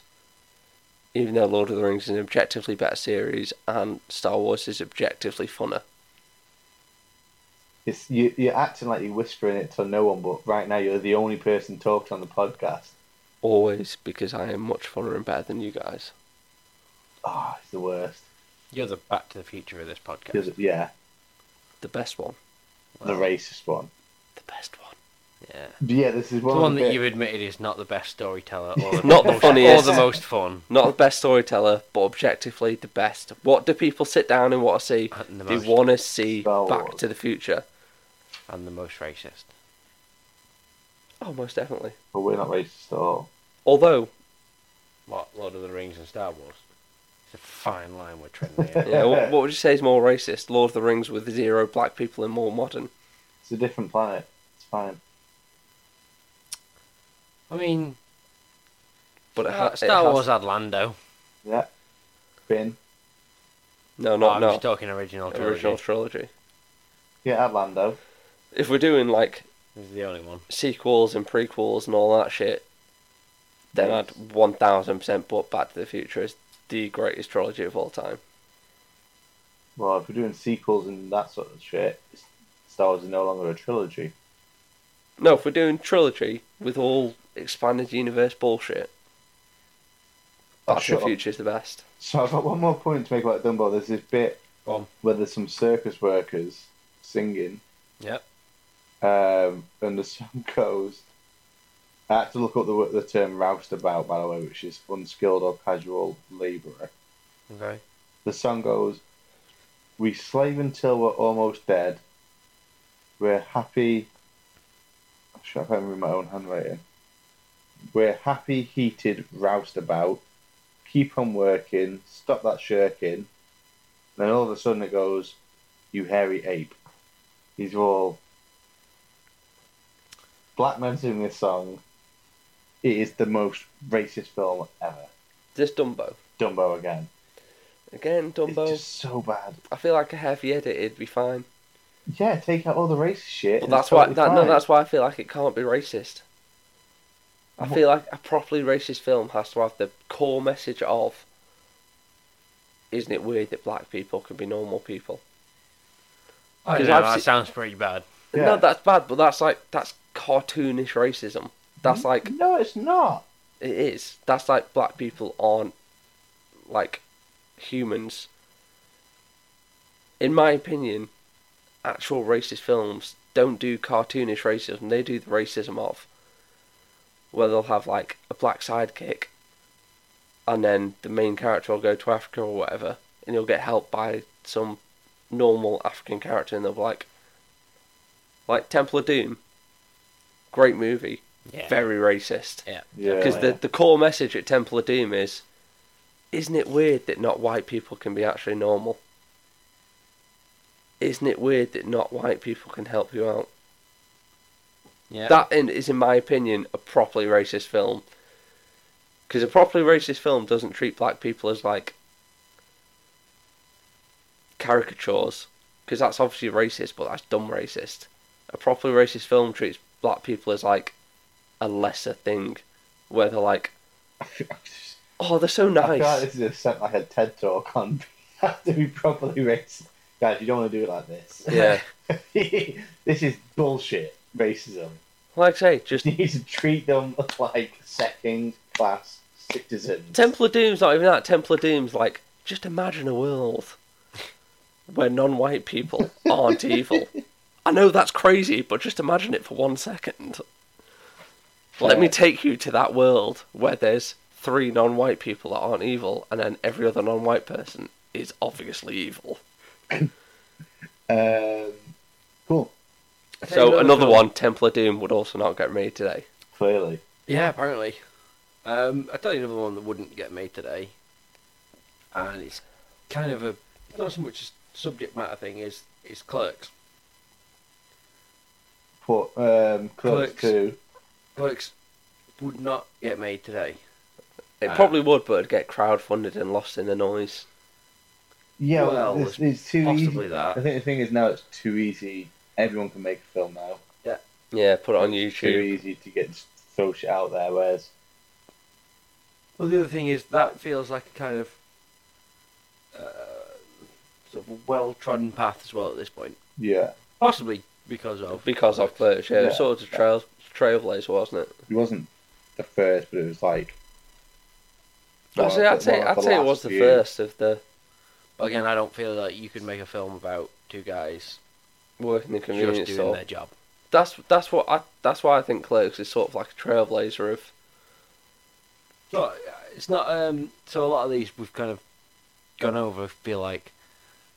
C: even though Lord of the Rings is an objectively better series and Star Wars is objectively funner.
A: It's, you, you're acting like you're whispering it to no one, but right now you're the only person talking on the podcast.
C: Always, because I am much funner and better than you guys.
A: Ah, it's the worst.
B: You're the Back to the Future of this podcast.
A: 'Cause- yeah,
C: The best one.
A: the racist one.
C: The best one.
B: Yeah.
A: But yeah, this is
B: The
A: one.
B: one
A: of
B: that
A: bit-
B: you've admitted is not the best storyteller,
C: [LAUGHS]
B: or the
C: Not the
B: most,
C: funniest.
B: or the most fun.
C: Not the best storyteller, but objectively the best. What do people sit down and want to see?
B: And the
C: They
B: most,
C: want to see
A: Star
C: Back
A: Wars.
C: to the Future.
B: and the most racist.
C: Oh, most definitely.
A: But we're not racist at all.
C: Although,
B: What Lord of the Rings and Star Wars? It's a fine line we're treading.
C: [LAUGHS]
B: here.
A: [LAUGHS]
C: yeah, what, what would you say is more racist? Lord of the Rings with zero black people and more modern.
A: It's a different planet. It's fine.
B: I mean,
C: But it,
B: Star,
C: ha- it
B: Star
C: has-
B: Wars had Lando.
A: Yeah. Bin.
C: No,
B: No,
C: not
B: Oh, I'm
C: no
B: just talking original trilogy.
C: original trilogy.
A: Yeah, add Lando.
C: If we're doing like
B: This is the only one.
C: sequels and prequels and all that shit, then
A: Yes.
C: I'd one thousand percent put Back to the Future as the greatest trilogy of all time.
A: Well, if we're doing sequels and that sort of shit, Star Wars is no longer a trilogy.
C: No, if we're doing trilogy with all expanded universe bullshit, Back to
A: Oh, Sure.
C: the Future is the best.
A: So I've got one more point to make about Dumbo. There's this bit
B: Go on.
A: where there's some circus workers singing,
B: Yep.
A: um, and the song [LAUGHS] goes. I had to look up the wo- the term roustabout, by the way, which is unskilled or casual labourer.
B: Okay.
A: The song goes, "We slave until we're almost dead. We're happy." I'm sure I can't remember my own handwriting. We're happy, heated, roused about. Keep on working. Stop that shirking. Then all of a sudden it goes, "You hairy ape." These are all black men singing this song. It is the most racist film ever.
C: This Dumbo
A: Dumbo again.
C: again, Dumbo.
A: It's just so bad.
C: I feel like a heavy edit, it'd be fine.
A: Yeah, take out all the racist shit.
C: But
A: and
C: that's
A: it's
C: why
A: totally
C: that, no,
A: fine.
C: that's why I feel like it can't be racist. I
A: What-
C: feel like a properly racist film has to have the core message of isn't it weird that black people can be normal people?
B: I
C: 'Cause
B: don't know, that
C: I've se-
B: sounds pretty bad.
A: Yeah.
C: No, that's bad, but that's like that's cartoonish racism. That's like
A: no, it's not.
C: it is. That's like black people aren't like humans. In my opinion, actual racist films don't do cartoonish racism, they do the racism of where they'll have like a black sidekick and then the main character will go to Africa or whatever and he'll get helped by some normal African character and they'll be like like Temple of Doom. Great movie.
B: Yeah.
C: Very racist.
A: Yeah,
C: Because the,
A: [LAUGHS]
C: the core message at Temple of Doom is, isn't it weird that not white people can be actually normal? Isn't it weird that not white people can help you out?
B: yeah.
C: That in, is, in my opinion, a properly racist film. Because a properly racist film doesn't treat black people as like caricatures. Because that's obviously racist, but that's dumb racist. A properly racist film treats black people as like a lesser thing, where they're like, oh, they're so
A: I feel like [LAUGHS]
C: nice.
A: this is a, set- like a TED talk on [LAUGHS] how to be properly racist. Guys, you don't want to do it like this.
C: [LAUGHS] Yeah.
A: [LAUGHS] this is bullshit racism. [LAUGHS]
C: Like I say, just
A: You need to treat them like second class citizens.
C: Temple of Doom's not even that. Temple of Doom's like, just imagine a world where non
A: [LAUGHS]
C: white people aren't evil. I know that's crazy, but just imagine it for one second. Let me
A: Yeah.
C: take you to that world where there's three non white people that aren't evil, and then every other non white person is obviously evil.
A: Um, cool.
C: So, another one, Temple of Doom would also not get made today.
A: Clearly.
B: Yeah, apparently. Um, I tell you another one that wouldn't get made today, and it's kind of a not so much a subject matter thing is is Clerks.
A: Put um, close
B: Clerks.
A: to.
B: Clerks would not get made today.
C: It
A: Uh,
B: Ah.
C: probably would, but it'd get crowdfunded and lost in the noise.
A: Yeah,
B: Well,
A: well, it's, it's too
B: possibly
A: easy.
B: that.
A: I think the thing is now it's too easy. Everyone can make a film now.
C: Yeah, put it on
A: Too
C: YouTube.
A: easy to get throw shit out there. Whereas
B: Well, the other thing is that feels like a kind of uh, sort of well-trodden path as well at this point,
A: Yeah,
B: possibly because of
C: Because of Birch, yeah,
A: Yeah.
C: sort of trail, trailblazer, wasn't it?
A: it wasn't the first, but it was like. one
C: Actually,
A: of
C: I'd
A: the-
C: say
A: one of
C: I'd
A: the
C: say it
A: last
C: was the
A: few.
C: first of the
B: But again, I don't feel like you could make a film about two guys
C: working the
B: just
C: convenience
B: doing
C: store.
B: their job.
C: That's that's what I that's why I think Clerks is sort of like a trailblazer of
B: So it's not. Um, so a lot of these we've kind of gone over. Feel like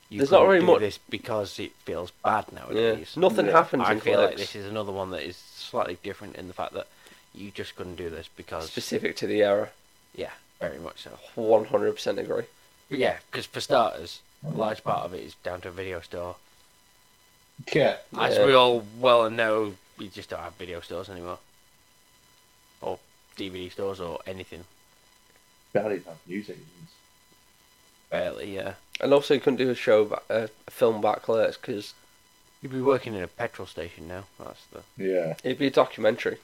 B: you
C: There's not
B: couldn't
C: really
B: do
C: much-
B: this because it feels bad
C: yeah.
B: nowadays.
C: Nothing
A: Yeah.
C: happens
B: I
C: in
B: feel
C: Clerks
B: like this is another one that is slightly different in the fact that you just couldn't do this because
C: specific to the era.
B: Yeah, very much so.
C: One hundred percent agree.
B: But yeah, because for starters, a large part of it is down to a video store.
A: Yeah,
B: As
C: Yeah.
B: we all well know, we just don't have video stores anymore, or DVD stores, or anything.
A: barely have news agents.
B: Barely, yeah.
C: And also, you couldn't do a show, ba- uh, a film about Clerks because
B: You'd be working in a petrol station now. That's the
A: Yeah,
C: it'd be a documentary.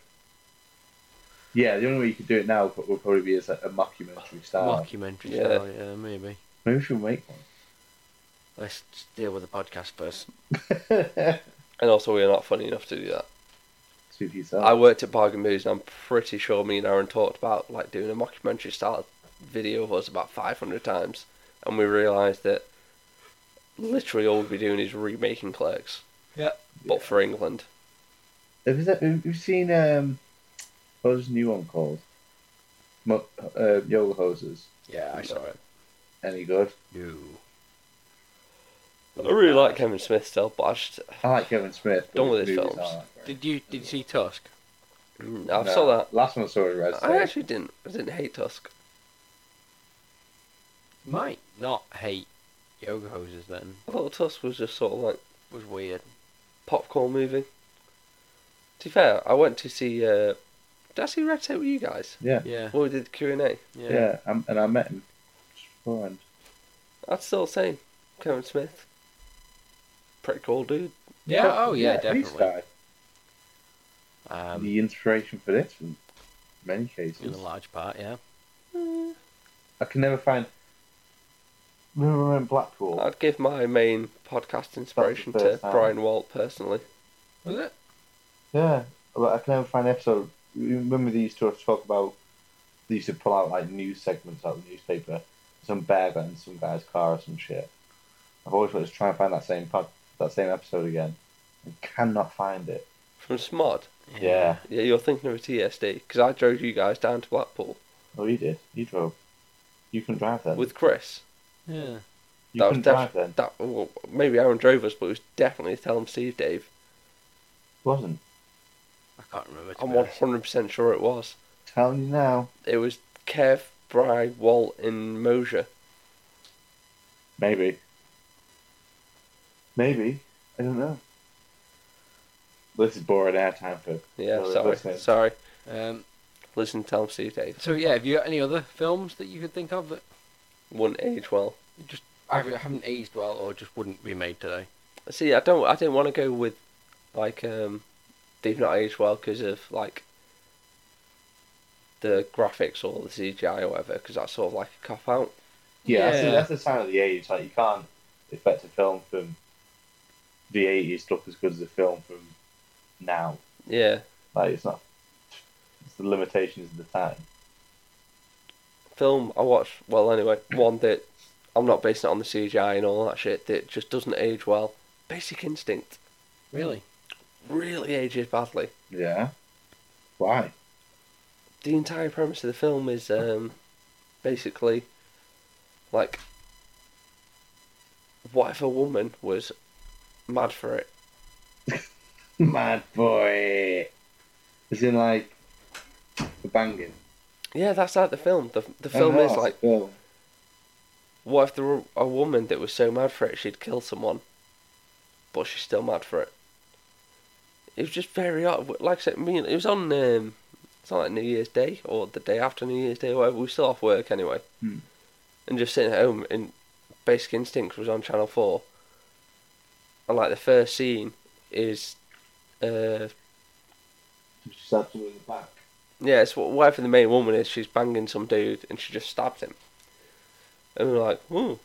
A: yeah. The only way you could do it now would probably be as a, a mockumentary style.
B: documentary
C: Yeah.
B: style, yeah, maybe.
A: Maybe we should make one. [LAUGHS]
B: Let's just deal with the podcast first.
C: And also, we are not funny enough to do that.
A: Suit yourself.
C: I worked at Bargain Moves, and I'm pretty sure me and Aaron talked about like doing a mockumentary style video of us about 500 times, and we realised that literally all we'd be doing is remaking Clerks,
B: Yeah.
C: but for England.
A: Have you, have you seen um, what was the new one called? Mo- uh, Yoga hoses.
B: Yeah, I saw it.
A: Any good?
B: No.
C: I really like Kevin Smith still, but I just
A: I like Kevin Smith. but
C: Done with his
A: movies
C: films.
A: aren't that great.
B: Did you did you see Tusk?
C: I've
A: No,
C: mm, saw that.
A: Last one I saw was Red State.
C: I actually didn't. I didn't hate Tusk.
B: Might not hate yoga hoses then.
C: I thought Tusk was just sort of like
B: Was weird.
C: popcorn movie. To be fair, I went to see. Uh, did I see Red Tape with you guys?
A: Yeah,
B: Yeah.
C: Well, we did the Q and A.
A: yeah. um, and I met him. Fun.
C: I'd still say Kevin Smith. Pretty cool dude.
B: Yeah, oh yeah, definitely. Um,
A: the inspiration for this, in many cases.
B: in a large part, yeah.
C: Mm,
A: I can never find. Remember in Blackpool?
C: I'd give my main podcast inspiration to
A: first time.
C: Brian Walt personally.
B: Was it?
A: Yeah, but I can never find an episode. Remember they used to talk about they used to pull out like news segments out of the newspaper. Some bear got in some guy's car or some shit. I've always wanted to try and find that same pod, that same episode again, and cannot find it.
C: From Smod.
A: Yeah.
C: Yeah, you're thinking of E a TSD because I drove you guys down to Blackpool
A: Oh, you did. You drove. You can drive then.
C: with Chris.
B: Yeah.
A: you
C: that
A: can
C: was
A: drive
C: def-
A: then.
C: that. Well, maybe Aaron drove us, but it was definitely Tell Him Steve Dave.
A: Wasn't
B: I can't remember. to
C: I'm
B: be honest.
C: 100 percent sure it was.
A: telling you now.
C: It was Kev, Bry, Walt, and Mosier.
A: Maybe. Maybe I don't know. This is boring air time for.
C: Yeah,
A: for
C: sorry,
A: listeners.
C: sorry.
B: Um,
C: Listen, to Tell Him Steve Dave.
B: so yeah, have you got any other films that you could think of that
C: Wouldn't age well.
B: just either haven't aged well or just wouldn't be made today?
C: See, I don't. I didn't want to go with like um, they've not aged well because of like the graphics or the CGI or whatever. Because that's sort of like a cop out.
A: Yeah, That's, the,
B: Yeah.
A: that's the sign of the age. Like you can't expect a film from the eighties to look as good as a film from now.
C: Yeah,
A: Like it's not. It's the limitations of the time.
C: film I watched. Well, anyway, one that I'm not basing it on the CGI and all that shit. That just doesn't age well. Basic Instinct
B: Really?
C: really ages badly.
A: Yeah. Why? [LAUGHS]
C: the entire premise of the film is um, basically like what if a woman was mad for it?
A: Mad boy. Is in like the banging?
C: Yeah, that's like the film. The the
A: I
C: film
A: know,
C: is
A: that's
C: like
A: the film.
C: what if there were a woman that was so mad for it she'd kill someone, but she's still mad for it. It was just very odd. Like I said, me and, it was on um, it's on like New Year's Day or the day after New Year's Day or whatever. We were still off work anyway,
A: Hmm.
C: and just sitting at home. And Basic Instinct was on Channel Four, and like the first scene is uh,
A: She stabbed someone in the back.
C: Yeah, it's wh- whatever the main woman is, she's banging some dude and she just stabbed him. And we're like, ooh.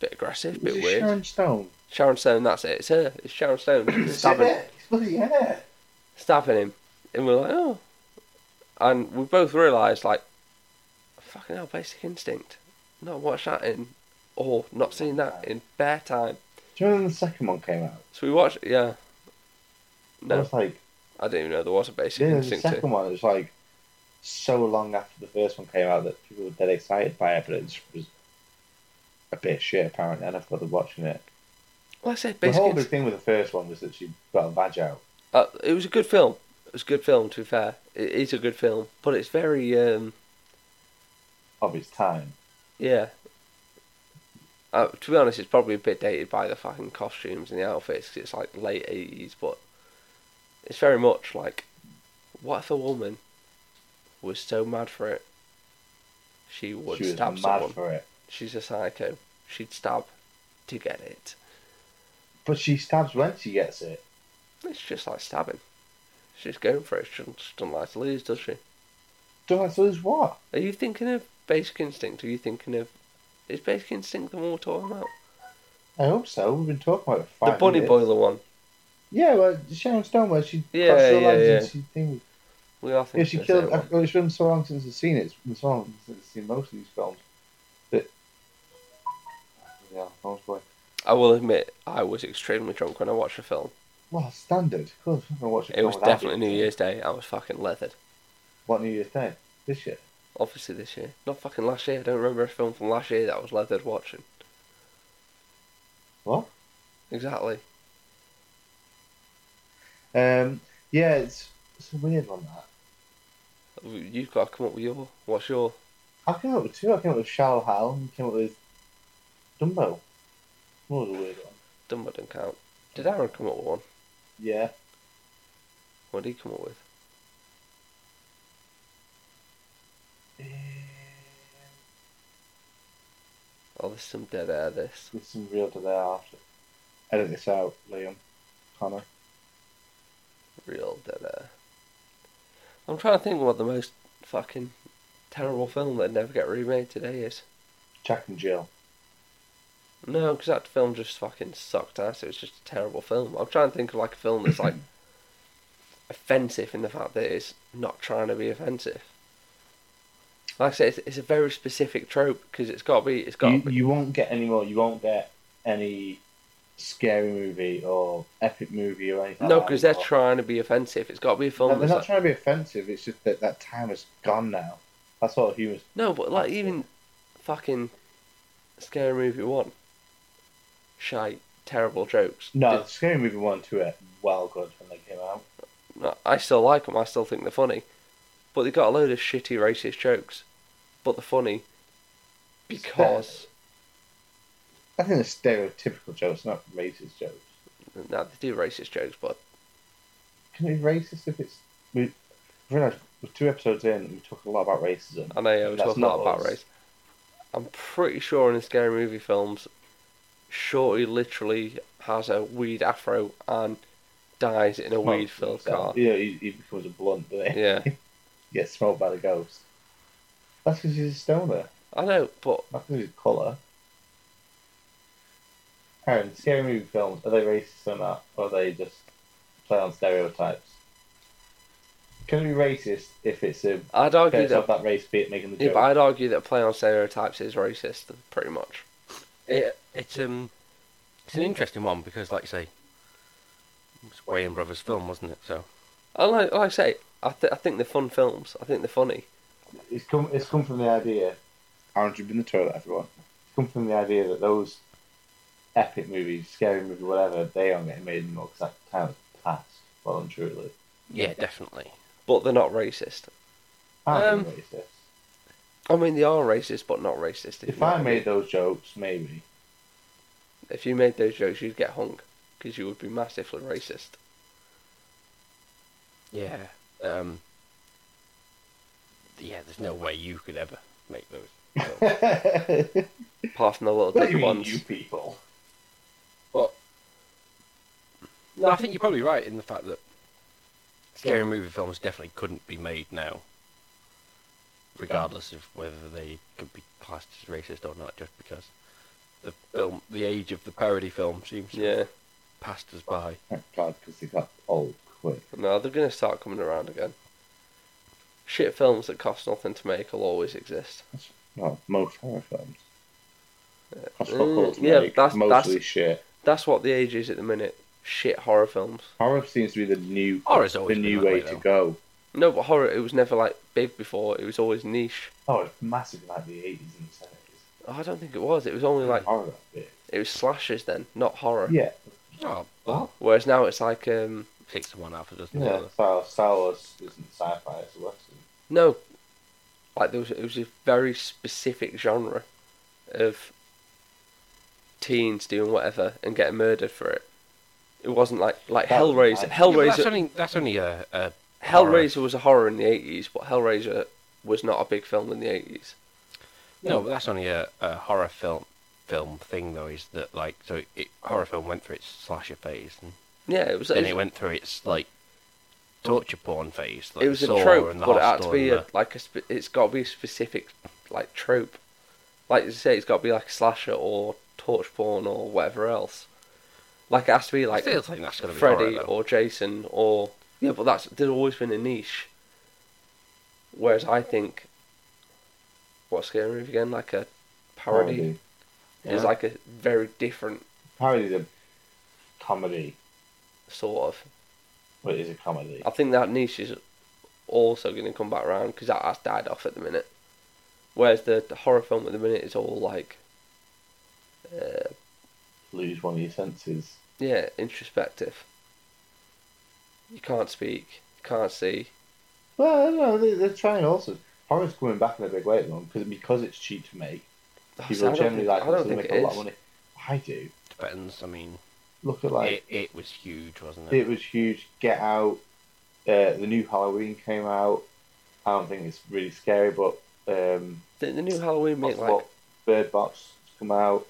C: Bit aggressive,
A: Was
C: bit
A: it
C: weird. Sharon...
A: Sharon Stone.
C: Stone, that's it. It's her. It's
A: [COUGHS]
C: Sharon Stone. She's
A: Stab
C: stabbing,
A: it. It's bloody yeah.
C: stabbing him. And we're like, oh. And we both realised, like, fucking hell, basic instinct. Not watched that in, or not seen that in bare time.
A: Do you remember when the second one came out?
C: So we watched, yeah.
A: I
C: No,
A: was like,
C: I didn't even know there was a basic
A: yeah, the
C: instinct. too.
A: second one. It was like so long after the first one came out that people were dead excited by it, but it just was a bit shit apparently. And I forgot they're watching it.
C: Well, I said
A: The
C: basic
A: whole big
C: instinct.
A: thing with the first one was that she got a badge out.
C: Uh, it was a good film. It was a good film. To be fair, it is a good film, but it's very um,
A: of its time.
C: yeah. Uh, to be honest, it's probably a bit dated by the fucking costumes and the outfits. 'cause it's like late eighties, but it's very much like, what if a woman was so mad for it, she would
A: she was
C: stab
A: mad
C: someone.
A: for it.
C: She's a psycho. She'd stab to get it.
A: But she stabs when she gets it.
C: It's just like stabbing. She's going for it. She doesn't, she doesn't like to lose, does she?
A: Don't have to lose what?
C: Are you thinking of Basic Instinct? Are you thinking of is Basic Instinct the one we're talking about?
A: I hope so. We've been talking about it for five
C: the bunny
A: minutes.
C: boiler one.
A: Yeah, well, Sharon Stone, where she
C: Yeah,
A: crosses the
C: yeah,
A: lines and
C: yeah.
A: she thing.
C: We are thinking
A: Yeah, she
C: of
A: killed.
C: that
A: I,
C: one.
A: it's been so long since I've seen it. It's been so long since I've seen most of these films. But yeah, films boy.
C: I will admit, I was extremely drunk when I watched the film.
A: Well, standard. Of course, I'm gonna watch a
C: It
A: film
C: was
A: without
C: definitely
A: it.
C: New Year's Day. I was fucking leathered.
A: What New Year's Day? This year.
C: Obviously this year, not fucking last year. I don't remember a film from last year that I was leathered watching.
A: What?
C: Exactly.
A: Um. Yeah, it's it's a weird one. That
C: You've got to come up with your. What's your?
A: I came up with two. I came up with Shao Hal and came up with Dumbo. What was a weird one.
C: Dumbo don't count. Did Aaron come up with one?
A: Yeah.
C: What did he come up with? Oh, there's some dead air. This.
A: There's some real to there after. Edit this out, Liam. Connor.
C: real dead air. I'm trying to think what the most fucking terrible film that never get remade today is.
A: Jack and Jill.
C: No, because that film just fucking sucked ass. It was just a terrible film. I'm trying to think of like a film
A: [COUGHS]
C: that's like offensive in the fact that it's not trying to be offensive. Like I say, it's, it's a very specific trope because it's got to be. It's got.
A: You,
C: to be,
A: you won't get any more. You won't get any scary movie or epic movie or anything.
C: no,
A: like
C: because
A: that
C: they're
A: anymore.
C: trying to be offensive. It's got to be a film.
A: No, they're
C: that's
A: not
C: like-
A: trying to be offensive. It's just that that time is gone now. That's all humans.
C: No, but like even fucking scary movie one, shite, terrible jokes.
A: No, scary movie one, and two are well good when they came out.
C: No, I still like them. I still think they're funny, but they got a load of shitty racist jokes. But they're funny because
A: I think they're stereotypical jokes, not racist jokes.
C: no, they do racist jokes, but
A: Can it be racist if it's? We realized we're two episodes in, and we talk a lot about racism.
C: I know yeah, we're
A: That's
C: talking a lot
A: not
C: about
A: us.
C: race. I'm pretty sure in the scary movie films, Shorty literally has a weed afro and dies in a weed-filled car.
A: Yeah, he, he becomes a blunt, doesn't he?
C: Yeah,
A: Gets smoked by the ghost. That's because he's a stoner.
C: I know, but
A: Not because he's colour. Aaron, scary movie films, are they racist or not? Or are they just play on stereotypes? Can it be racist if it's a
C: I'd argue
A: based
C: that
A: off that race be it making the
C: Yeah,
A: joke?
C: but I'd argue that play on stereotypes is racist, pretty much.
B: It, it's um, it's an interesting one because, like you say, it's Wayans Brothers film, wasn't it? So
C: And like, like I say, I, th- I think they're fun films. I think they're funny.
A: It's come it's come from the idea Aaron you've been the toilet everyone. It's come from the idea that those epic movies, scary movies, whatever, they aren't getting made anymore because that time has passed voluntarily.
B: yeah, definitely.
C: But they're not racist.
A: I
B: Um,
A: am racist.
C: I mean, they are racist, but not racist.
A: If
C: you know
A: I
C: what mean.
A: made those jokes, maybe. [LAUGHS]
C: If you made those jokes, you'd get hung. Because you would be massively racist.
B: Yeah. Um. Yeah, there's no way you could ever make those. [LAUGHS] films.
A: what
C: Apart from the little
A: do you
C: dick
A: mean,
C: ones.
A: you people?
B: but no, I think you're probably right in the fact that Scary movie films definitely couldn't be made now, regardless of whether they could be classed as racist or not, just because the film, the age of the parody film seems to have
C: Yeah.
B: passed us by.
A: Thank God, because they got old quick.
C: No, they're going to start coming around again. Shit films that cost nothing to make will always exist.
A: Well, most horror films. That's
C: uh,
A: fuck all to
C: yeah,
A: make,
C: that's-
A: mostly
C: that's-
A: shit.
C: That's what the age is at the minute. Shit horror films.
A: Horror seems to be the new
B: Horror's
A: the
B: always been
A: new
B: that
A: way
B: though.
A: to go.
C: No, but horror, it was never like big before. It was always niche.
A: Oh, it's massive like the eighties and seventies.
C: Oh, I don't think it was. It was only like,
A: horror bit.
C: it was slashers then, not horror.
A: Yeah,
B: Oh, well,
C: Whereas now it's like, um,
B: six to one half a dozen.
A: yeah.
B: Yeah.
A: Star, Star Wars isn't sci-fi; it's western.
C: no. Like, there was, it was a very specific genre of teens doing whatever and getting murdered for it. It wasn't like, like
A: That-
C: Hellraiser.
A: I-
B: but
C: Hellraiser.
B: that's only that's only a, a
C: Hellraiser was a horror in the eighties, but Hellraiser was not a big film in the eighties.
B: No, but that's only a, a horror film film thing though. Is that like so? It, horror film went through its slasher phase, and
C: Yeah, it was.
B: then
C: it,
B: it
C: was-
B: went through its like torture porn phase. Like
C: it was a
B: Saw
C: trope,
B: and the
C: but it had to
B: Hostel
C: be uh,
B: and
C: a, like a. spe- It's got to be a specific like trope. Like you say, it's got to be like slasher or torch porn or whatever else. Like it has to be
B: the- I
C: like
B: still think that's gonna be
C: Freddy
B: horror, though.
C: or Jason or yeah, but that's there's always been a niche. Whereas I think, what's scary movie again? Like a parody,
A: Parody.
C: is
B: Yeah.
C: like a very different
A: Parody's a comedy,
C: sort of.
A: but it is a comedy.
C: I think that niche is also going to come back around because that has died off at the minute. Whereas the, the horror film at the minute is all like, uh,
A: Lose one of your senses.
C: yeah, introspective. You can't speak, can't see.
A: Well, I don't know. They, they're trying also. Horror's coming back in a big way at the moment because because it's cheap to make.
C: Oh, see,
A: People
C: I don't
A: generally
C: think,
A: like
C: I
A: it, so
C: don't
A: they
C: think
A: make
C: it
A: a lot of
C: is.
A: money. I do.
B: Depends. I mean,
A: Look at like
B: it, it was huge, wasn't it?
A: It was huge. Get Out. Uh, the new Halloween came out. I don't think it's really scary, but um,
C: The, the new Halloween
A: what's
C: made
A: what?
C: like
A: Bird Box come out.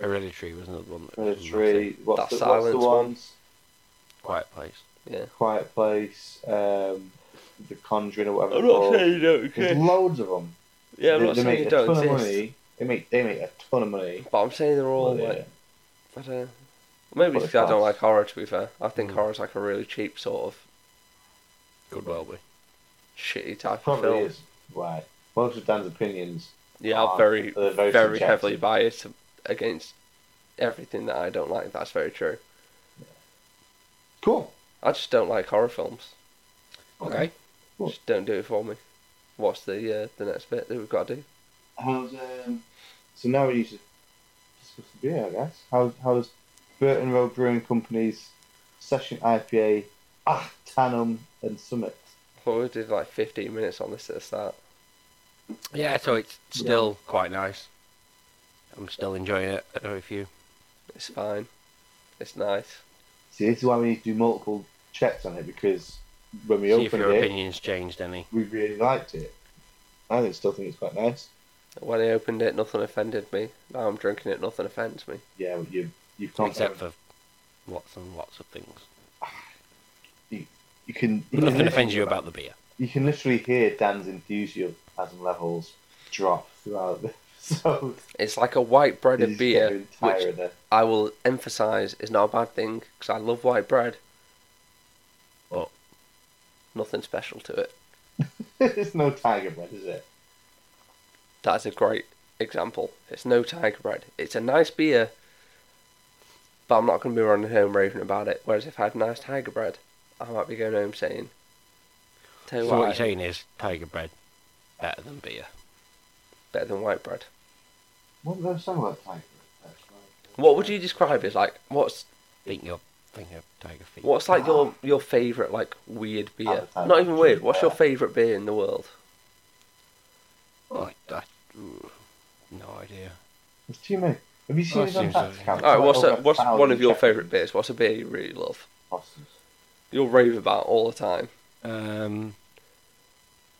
B: Hereditary was another one. That was massive.
A: Military. What's
C: That
A: the, what's the
C: Silence one.
A: ones?
B: Quiet Place.
A: Quiet Place. Um, the Conjuring or whatever.
C: I'm
A: they're
C: not
A: called.
C: saying you don't
A: There's
C: exist.
A: loads of them.
C: Yeah, I'm
A: they,
C: not
A: they
C: saying
A: make
C: you
A: a
C: don't
A: ton of
C: exist.
A: money. They make they make a ton of money.
C: But I'm saying they're all
A: But,
C: like I don't. know. Maybe
A: Well,
C: it's 'cause I don't
A: class.
C: like horror. To be fair, I think
B: Mm.
C: horror's like a really cheap sort of
B: Could well be.
C: shitty
A: uh,
C: type
A: probably
C: of film.
A: is why most of Dan's opinions
C: Yeah, I'm
A: are
C: very,
A: they're
C: very,
A: subjective.
C: heavily biased against everything that I don't like. That's very true.
A: Cool.
C: I just don't like horror films.
B: Okay.
A: Cool.
C: Just don't do it for me. What's the uh, the next bit that we've got to do?
A: How's um? So now we need to discuss the beer, I guess. How how's Burton Road Brewing Company's Session IPA, Ah Tanum and Summit?
C: Well, we did like 15 minutes on this at the start.
B: Yeah, so it's still quite nice. I'm still enjoying it. I don't know if you.
C: It's fine. It's nice.
A: See, this is why we need to do multiple checks on it because when we
B: See if
A: opened
B: your
A: it,
B: opinion's changed any.
A: we really liked it. I think- still think it's quite nice.
C: When I opened it, nothing offended me. Now I'm drinking it, nothing offends me.
A: Yeah, but you you can't
B: except for lots and lots of
C: [LAUGHS]
B: things.
A: you can you
B: Nothing
A: can,
B: offends you about the beer.
A: you can literally hear Dan's enthusiasm levels drop throughout the [LAUGHS] episode.
C: It's like a white bread
A: He's
C: and beer,
A: getting
C: which
A: tired of it.
C: I will emphasise is not a bad thing because I love white bread. But nothing special to it.
A: [LAUGHS] There's no tiger bread, is it?
C: That's a great example. It's no tiger bread. It's a nice beer, but I'm not going to be running home raving about it. Whereas if I had nice tiger bread, I might be going home saying, "Tell
B: So
C: you
B: what,
C: what,
B: you're saying is tiger bread better than beer.
C: better than white bread."
A: What did I say about tiger bread?
C: What would you describe as like what's
B: Think of think of tiger feet.
C: what's like your your favourite like weird beer?
A: Advertise
C: Not even
A: it.
C: weird. What's your
A: Yeah.
C: favourite beer in the world?
B: Oh, I, I- ooh, no idea.
A: There's too many. Have you seen
B: Well,
A: his on
B: seems
A: tax
B: like-
A: account?
C: All
A: It's
C: right, what's
A: like
C: a,
A: over
C: what's
A: a
C: one of your
A: thousand
C: favourite beers? What's a beer you really love?
A: Foster's.
C: You'll rave about all the time.
B: Um,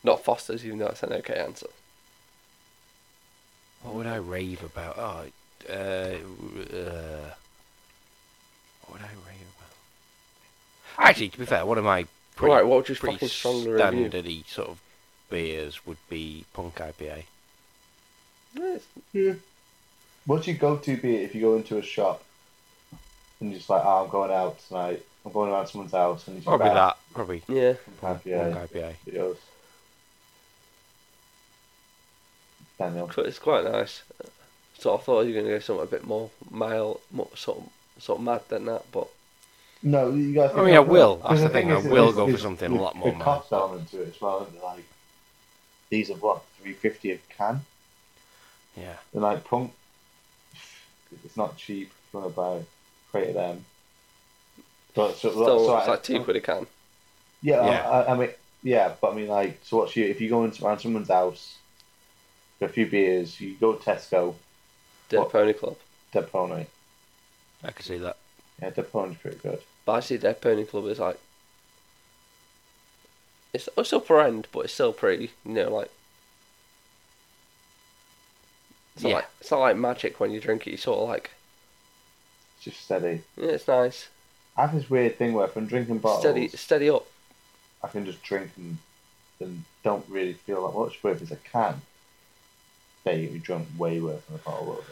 C: Not Foster's, even though it's an okay answer.
B: what would I rave about? Oh, uh, uh, what would I rave about? Actually, to be fair, one of my pretty,
C: right, what would you
B: pretty
C: fucking strongly review?
B: standardy sort of beers would be Punk IPA.
C: Yeah, it's-
A: What's your go-to beer if you go into a shop and you're just like, oh, I'm going out tonight. I'm going around someone's house and you just
B: Probably
A: buy
B: that. Probably
C: Yeah.
A: Punk IPA.
B: Punk IPA.
A: videos. Daniel.
C: So It's quite nice. So I thought you were going to go something a bit more mild, more, sort, of, sort of mad than that, but
A: No, you guys.
B: I mean, I will. That's the thing, I will go for something a lot more
A: The cost element to it as well. isn't it? Like these are what three fifty a can.
B: Yeah.
A: They're like punk. It's not cheap. If you want to buy a crate of them. But so,
C: still,
A: so
C: it's
A: I-
C: like two quid a can.
A: Yeah,
B: Yeah.
A: I, I mean, yeah, but I mean, like, so what's your if you go into around someone's house for a few beers, you go to Tesco,
C: Dead
A: What?
C: Pony Club.
A: Dead Pony.
B: I could see that.
A: Yeah, Dead Pony's pretty good.
C: But I see Dead Pony Club is like. It's, it's upper end, but it's still pretty, you know, like. It's not,
B: Yeah.
C: like, it's not like magic when you drink it. You sort of like,
A: It's just steady.
C: yeah, it's nice.
A: I have this weird thing where if I'm drinking bottles,
C: Steady, steady up.
A: I can just drink and, and don't really feel that much. But if it's a can, there you drunk way worse than a bottle. Of it.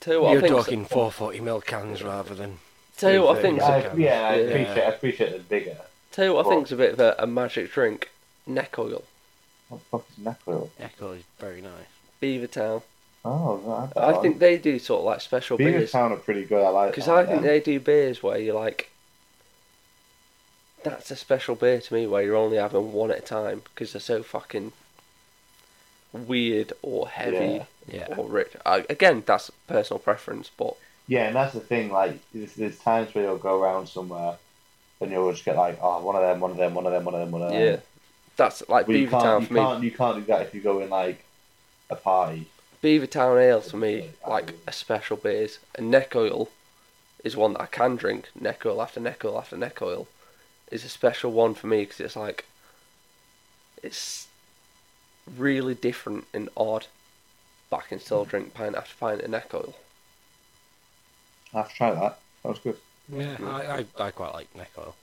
C: Tell you what, I
B: You're
C: think
B: talking eh? 440 ml cans rather than.
C: tell you what I
B: 330.
C: think.
A: Yeah, I,
B: can.
A: yeah, I
C: Yeah.
A: appreciate. I appreciate the bigger.
C: Tell you what, I
A: What?
C: think's a bit of a, a magic drink. Neck oil,
A: What the fuck is neck oil?
B: Echo is very nice.
C: Beaver Town.
A: Oh, no, had that
C: I
A: one.
C: think they do sort of like special
A: Beaver
C: beers
A: Town are pretty good. I like.
C: because
A: that,
C: I think
A: yeah.
C: they do beers where you're like, that's a special beer to me where you're only having one at a time because they're so fucking weird or heavy
B: Yeah.
C: or rich. I, again, that's personal preference, but
A: Yeah, and that's the thing. Like, there's, there's times where you'll go around somewhere, and you'll just get like, oh, one of them, one of them, one of them, one of them, one of them.
C: yeah, that's like
A: But you
C: Beaver Town
A: can't,
C: for
A: you
C: me.
A: can't, you can't do that if you go in like a party.
C: Beaver Town Ale to me,
A: Yeah,
C: like
A: absolutely.
C: a special beers. And neck oil is one that I can drink. Neck oil after neck oil after neck oil is a special one for me because it's like it's really different and odd. But I can still drink pint after pint of neck oil.
A: I have to try that. That was good.
B: Yeah, I, I, I quite like neck oil.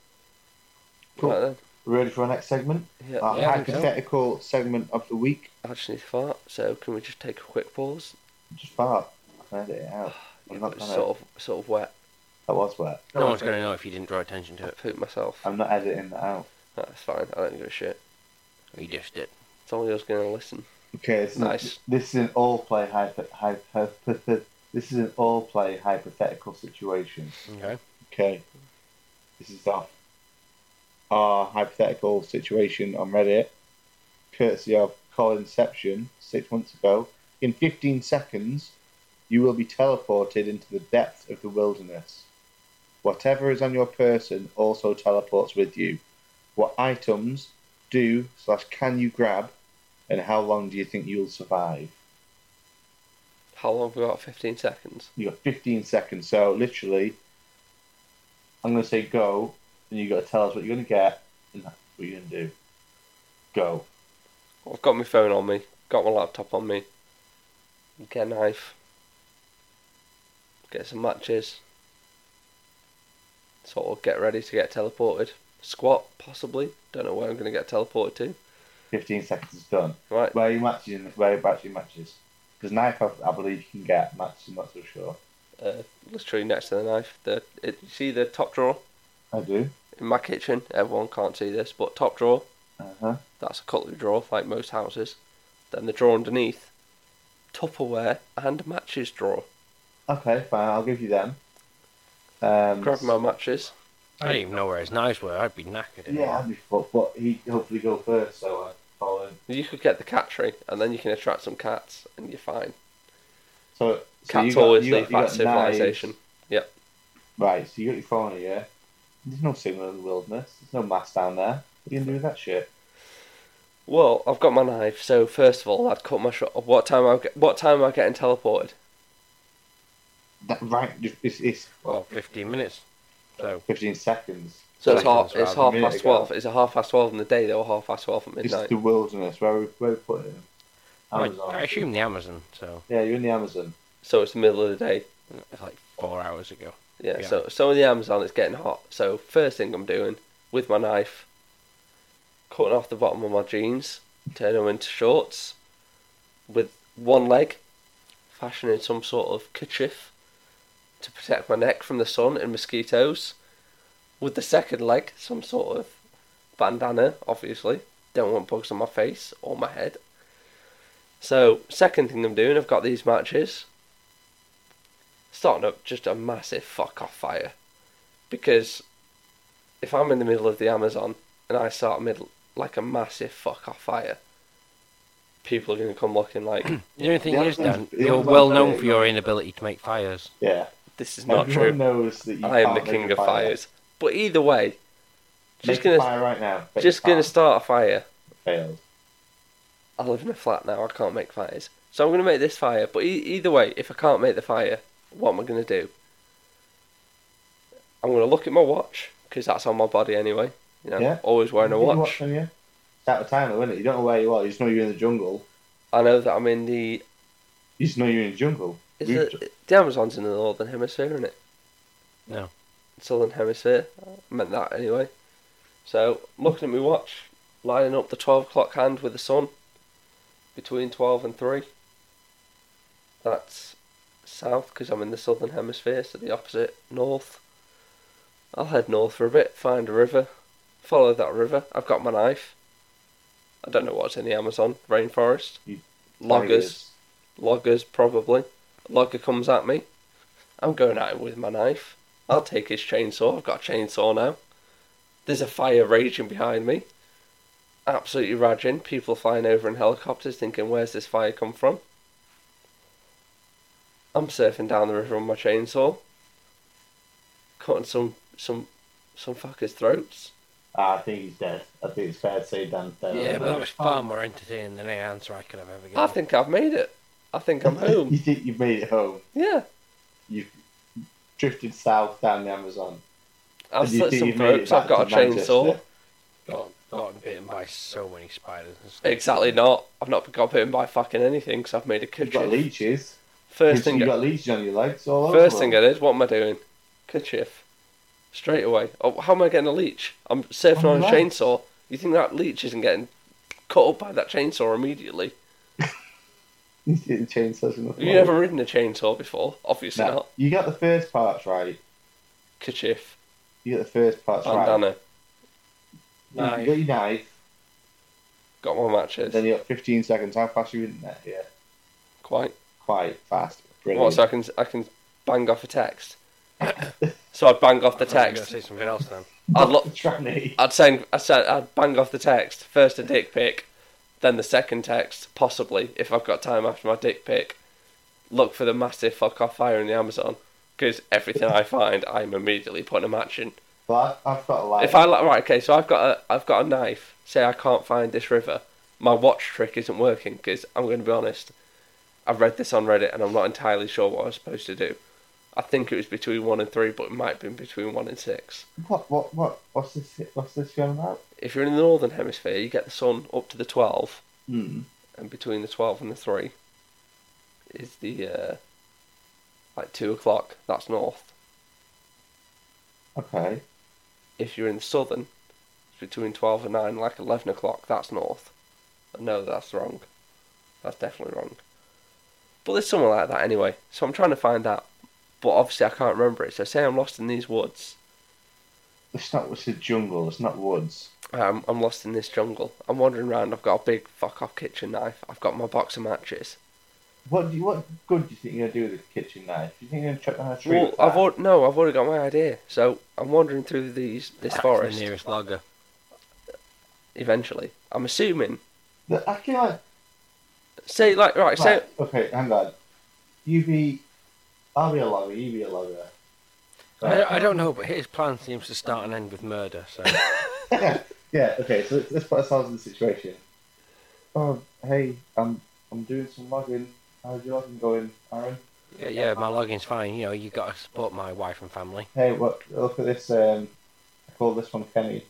A: Cool.
C: Right then.
A: Ready for our next segment?
C: Uh, Yeah,
A: Our
B: Yeah, we go.
A: hypothetical segment of the week.
C: I just need to fart. So can we just take a quick pause?
A: Just fart. I can edit it out. I'm
C: Yeah,
A: not
C: but it's
A: gonna.
C: sort of sort of wet.
A: That was wet.
B: No, one's going to know if you didn't draw attention to
C: I
B: it.
C: pooped myself.
A: I'm not editing that out.
C: That's fine. I don't give a shit.
B: You just did.
C: It's only us going to listen.
A: Okay, this is
C: Nice.
A: this is an all play hypo, hypo, [LAUGHS] This is an all play hypothetical situation.
B: Okay.
A: Okay, this is our our hypothetical situation on Reddit, courtesy of Colin Inception six months ago. In 15 seconds, you will be teleported into the depth of the wilderness. Whatever is on your person also teleports with you. What items do slash can you grab, and how long do you think you'll survive?
C: How long have we got? Fifteen seconds.
A: You got 15 seconds. So literally, I'm going to say go, and you got to tell us what you're going to get and what you're going to do. Go.
C: I've got my phone on me, got my laptop on me. Get a knife. Get some matches. Sort of get ready to get teleported. Squat, possibly. Don't know where I'm going to get teleported to.
A: 15 seconds is done.
C: Right.
A: Where are you matching? Where about your matches? Because knife, I, I believe you can get matches. I'm not so sure.
C: Uh, literally next to the knife. The it, you see the top drawer
A: I do.
C: in my kitchen. Everyone can't see this, but top drawer.
A: Uh huh.
C: That's a cutlery drawer, like most houses. Then the drawer underneath, Tupperware and matches drawer.
A: Okay, fine. I'll give you them. Um,
C: Grab my matches.
B: I didn't even know where his knives were. I'd be knackered.
A: Yeah, I'd be fucked, but he hopefully go first, so I follow him.
C: You could get the cat tree, and then you can attract some cats, and you're fine.
A: So, so
C: Cats
A: you got,
C: always
A: you got-
C: leave
A: you
C: that
A: got knives.
C: civilization. Yep.
A: Right, so you got your phone here. yeah? There's no signal in the wilderness. There's no mass down there. What are you gonna do with that shit?
C: Well, I've got my knife, so first of all, I'd cut my shot. What time I get? What time am I getting teleported?
A: That right, it's, it's
B: Well, 15 minutes. So,
A: 15 seconds.
C: So it's
B: Seconds
C: half. It's
B: rather
C: half
A: than
C: past
A: minute
C: twelve. It's a half past twelve in the day, though. Half past twelve at
A: It's
C: midnight.
A: the wilderness. Where are we, where are we putting him?
B: I,
A: Amazon.
B: I assume the Amazon. So,
A: Yeah, you're in the Amazon.
C: So it's the middle of the day.
B: it's like four hours ago.
C: Yeah.
B: Yeah.
C: So so in the Amazon, it's getting hot. So first thing I'm doing with my knife, cutting off the bottom of my jeans, turning them into shorts, with one leg, fashioning some sort of kerchief to protect my neck from the sun and mosquitoes, with the second leg, some sort of bandana, obviously. Don't want bugs on my face or my head. So, second thing I'm doing, I've got these matches. Starting up just a massive fuck off fire. Because if I'm in the middle of the Amazon and I start middle like a massive fuck off fire, people are going to come
A: [CLEARS THROAT]
C: looking like,
B: The only thing
A: The
B: is,
A: other
B: Dan,
A: thing- the
B: you're
A: other
B: well
A: thing-
B: known for your inability to make fires.
A: Yeah.
C: this is not
A: Everyone
C: true.
A: knows that you
C: I am
A: can't
C: the
A: make
C: king
A: a
C: of
A: fire.
C: fires. But either way, just
A: Make a
C: gonna
A: fire right now. but
C: just
A: you
C: gonna
A: can't.
C: start a fire.
A: failed.
C: I live in a flat now. I can't make fires, so I'm gonna make this fire. But e- either way, if I can't make the fire, what am I gonna do? I'm gonna look at my watch because that's on my body anyway. You know,
A: Yeah.
C: always wearing a
A: You
C: watch.
A: watch, don't you? It's out of time, though, isn't it? You don't know where you are. You just know you're in the jungle.
C: I know that I'm in the.
A: You just know you're in the jungle.
C: Is
A: We've
C: it, the Amazon's in the northern hemisphere, isn't it?
B: No.
C: Southern hemisphere. I meant that anyway. So looking at my watch, lining up the twelve o'clock hand with the sun between twelve and three. That's south because I'm in the southern hemisphere, so the opposite north. I'll head north for a bit, find a river, follow that river. I've got my knife. I don't know what's in the Amazon rainforest.
A: You-
C: Loggers loggers probably. Logger comes at me. I'm going at him with my knife. I'll take his chainsaw. I've got a chainsaw now. There's a fire raging behind me. Absolutely raging. People flying over in helicopters thinking, where's this fire come from? I'm surfing down the river on my chainsaw. Cutting some some some fuckers' throats.
A: Ah, I think he's dead. I think it's fair to say Dan's dead.
B: Yeah, but that was far more entertaining than any answer I could have ever given.
C: I think I've made it. I think
A: [LAUGHS]
C: I'm
A: you
C: home.
A: think you've made it home.
C: Yeah.
A: You've drifted south down the Amazon.
C: I've
A: And you
C: slit
A: think
C: some
A: you've made it
C: throats.
A: back
C: I've got a
A: to
C: chainsaw.
A: Manchester?
B: got, got bitten by so many spiders. and stuff.
C: Exactly not. I've not got bitten by fucking anything because I've made a
A: You've got
C: kerchief.
A: leeches.
C: First thing,
A: you've got leeches on your legs all over.
C: first
A: [LAUGHS]
C: thing I did. What am I doing? Kerchief. Straight away. Oh, how am I getting a leech? I'm surfing
A: On
C: on a
A: your legs.
C: chainsaw. You think that leech isn't getting cut up by that chainsaw immediately?
A: You think the chainsaws in the
C: Have you never ridden a chainsaw before? Obviously
A: No,
C: not.
A: You got the first part right.
C: Kerchief.
A: You got the first part right.
C: Bandana.
A: You got your knife.
C: Got my matches.
A: Then you got 15 seconds. How fast you in there? Yeah,
C: Quite.
A: quite fast. Brilliant.
C: What? So I can I can bang off a text. [LAUGHS] so I'd bang off the
B: I thought you were gonna
C: text.
B: Say something else then.
C: I'd look.
A: Tranny.
C: I'd send, I'd, send, I'd bang off the text. First a dick pic, then the second text, possibly, if I've got time after my dick pic. Look for the massive fuck off fire in the Amazon, because everything I find, I'm immediately putting a match in.
A: Well, I've, I've got a light.
C: If I like, right, okay, so I've got a, I've got a knife. Say I can't find this river. My watch trick isn't working because I'm going to be honest. I've read this on Reddit and I'm not entirely sure what I was supposed to do. I think it was between one and three, but it might have been between one and six.
A: What, what, what, what's this, what's this film about?
C: If you're in the northern hemisphere, you get the sun up to the twelve,
A: Hmm.
C: and between the 12 and the 3 is the uh, like 2 o'clock that's north
A: Okay.
C: if you're in the southern it's between 12 and 9 like 11 o'clock that's north no that's wrong that's definitely wrong but there's somewhere like that anyway so i'm trying to find that but obviously i can't remember it so say i'm lost in these woods
A: It's not, it's a jungle, it's not woods.
C: I'm, Um, I'm lost in this jungle i'm wandering around i've got a big fuck off kitchen knife i've got my box of matches
A: What do you, what good do you think you're gonna do with a kitchen knife? Do you think you're gonna chop down a tree?
C: Well,
A: with that?
C: I've already, no, I've already got my idea. So I'm wandering through these this
B: That's
C: forest.
B: The nearest logger.
C: Eventually, I'm assuming.
A: The- I can like,
C: Say like right, say
A: right, okay, hang on. You be, I'll be a logger. You be a logger. Right.
B: I, I don't know, but his plan seems to start and end with murder. So [LAUGHS]
A: [LAUGHS] yeah. Okay. So let's, let's put ourselves in the situation. Oh, hey, I'm I'm doing some logging. How's your logging going, Aaron?
B: yeah, yeah, my login's fine. You know, you got to support my wife and family.
A: Hey, what? Look at this. Um, I call this one Kenny.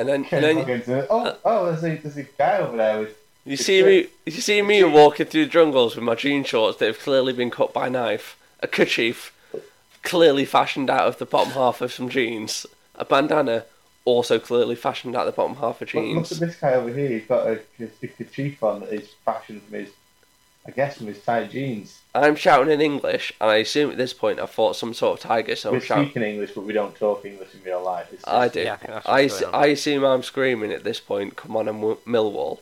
A: [LAUGHS]
C: and then and
A: Kenny
C: then
A: loggins. And,
C: Uh,
A: oh, oh, there's a there's a guy over there with.
C: you see me, you see me walking through jungles with my jean shorts that have clearly been cut by knife, a kerchief, clearly fashioned out of the bottom half of some jeans, a bandana, also clearly fashioned out the bottom half of
A: Look, look at
C: jeans.
A: this guy over here. He's got a, a kerchief on that is fashioned from his, I guess, from his tight jeans.
C: I'm shouting in English, and I assume at this point I thought some sort of tiger, so I'm
A: We're
C: shouting.
A: speaking English, but we don't talk English in real life. It's
C: I
A: just-
C: do.
B: Yeah, I think that's
C: I,
B: what's
C: s-
B: going on.
C: I assume I'm screaming at this point. Come on, I'm Wi- Millwall.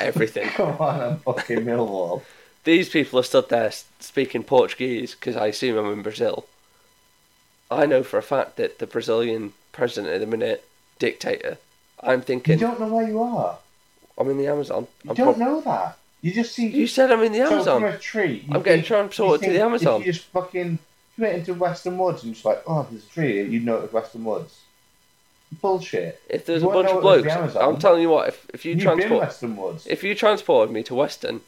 A: [LAUGHS] [LAUGHS]
C: Everything.
A: Come on, I'm fucking
C: [LAUGHS]
A: Millwall.
C: These people are stood there s- speaking Portuguese because I assume I'm in Brazil. I know for a fact that the Brazilian president at the minute, dictator. I'm
A: You
C: thinking
A: don't know where you are.
C: I'm in the Amazon.
A: You
C: I'm
A: don't
C: prob-
A: know that. You just see.
C: You said I'm in the
A: so
C: Amazon.
A: From a tree, you
C: I'm getting
A: think-
C: transported
A: you
C: to the
A: think
C: Amazon.
A: If you just fucking if you went into Western Woods and just like, oh, there's a tree. here," You'd know it's Western Woods. Bullshit.
C: If there's a
A: You won't
C: bunch of
A: know it was
C: blokes,
A: the Amazon.
C: I'm telling you what. If if you
A: You've been
C: transport,
A: Western
C: [LAUGHS]
A: Woods. [LAUGHS]
C: if you transported me to Weston,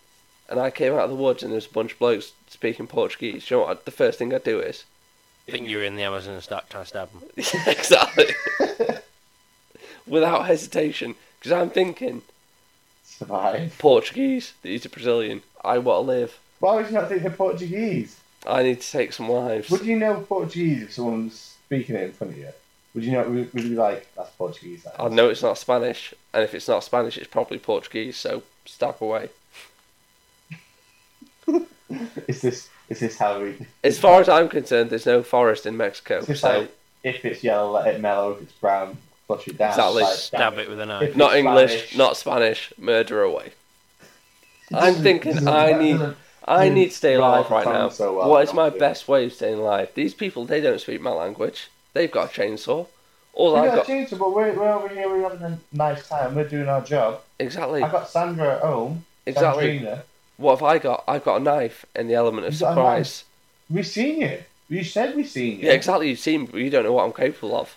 C: and I came out of the woods and there's a bunch of blokes speaking Portuguese, you know what? I'd- The first thing I'd do is [LAUGHS]
B: think you're in the Amazon and start trying to stab them.
C: exactly without hesitation, because I'm thinking
A: Survive.
C: Portuguese. He's a Brazilian. I want to live.
A: Why would you not think they're Portuguese?
C: I need to take some lives.
A: Would you know Portuguese if someone's speaking it in front of you? Would you not? Would would you be like, that's Portuguese? that
C: I
A: is."
C: know it's not Spanish, and if it's not Spanish, it's probably Portuguese. So stab away.
A: [LAUGHS] Is this is this how we?
C: As far as I'm concerned, there's no forest in Mexico.
A: It's just
C: so
A: like if it's yellow, let it mellow. If it's brown, flush it down.
C: Exactly.
A: Like,
B: Stab it with a knife.
C: not English,
A: Spanish.
C: not Spanish, murder away.
A: It
C: I'm
A: doesn't-
C: thinking
A: doesn't-
C: I
A: that
C: need-
A: doesn't-
C: I
A: Mm,
C: need to stay alive
A: well,
C: right now.
A: sounds so well,
C: what is
A: not
C: my
A: really.
C: best way of staying alive? These people, they don't speak my language. They've got a chainsaw. All
A: We
C: I've
A: got
C: got,
A: James, but we're, we're over here. We're having a nice time. We're doing our job.
C: exactly,
A: I got Sandra at home.
C: exactly.
A: Sandrina.
C: What have I got? I've got a knife and the element of
A: You've got a
C: surprise.
A: We seen you. You said we seen you.
C: Yeah, exactly. You've seen, but you don't know what I'm capable of.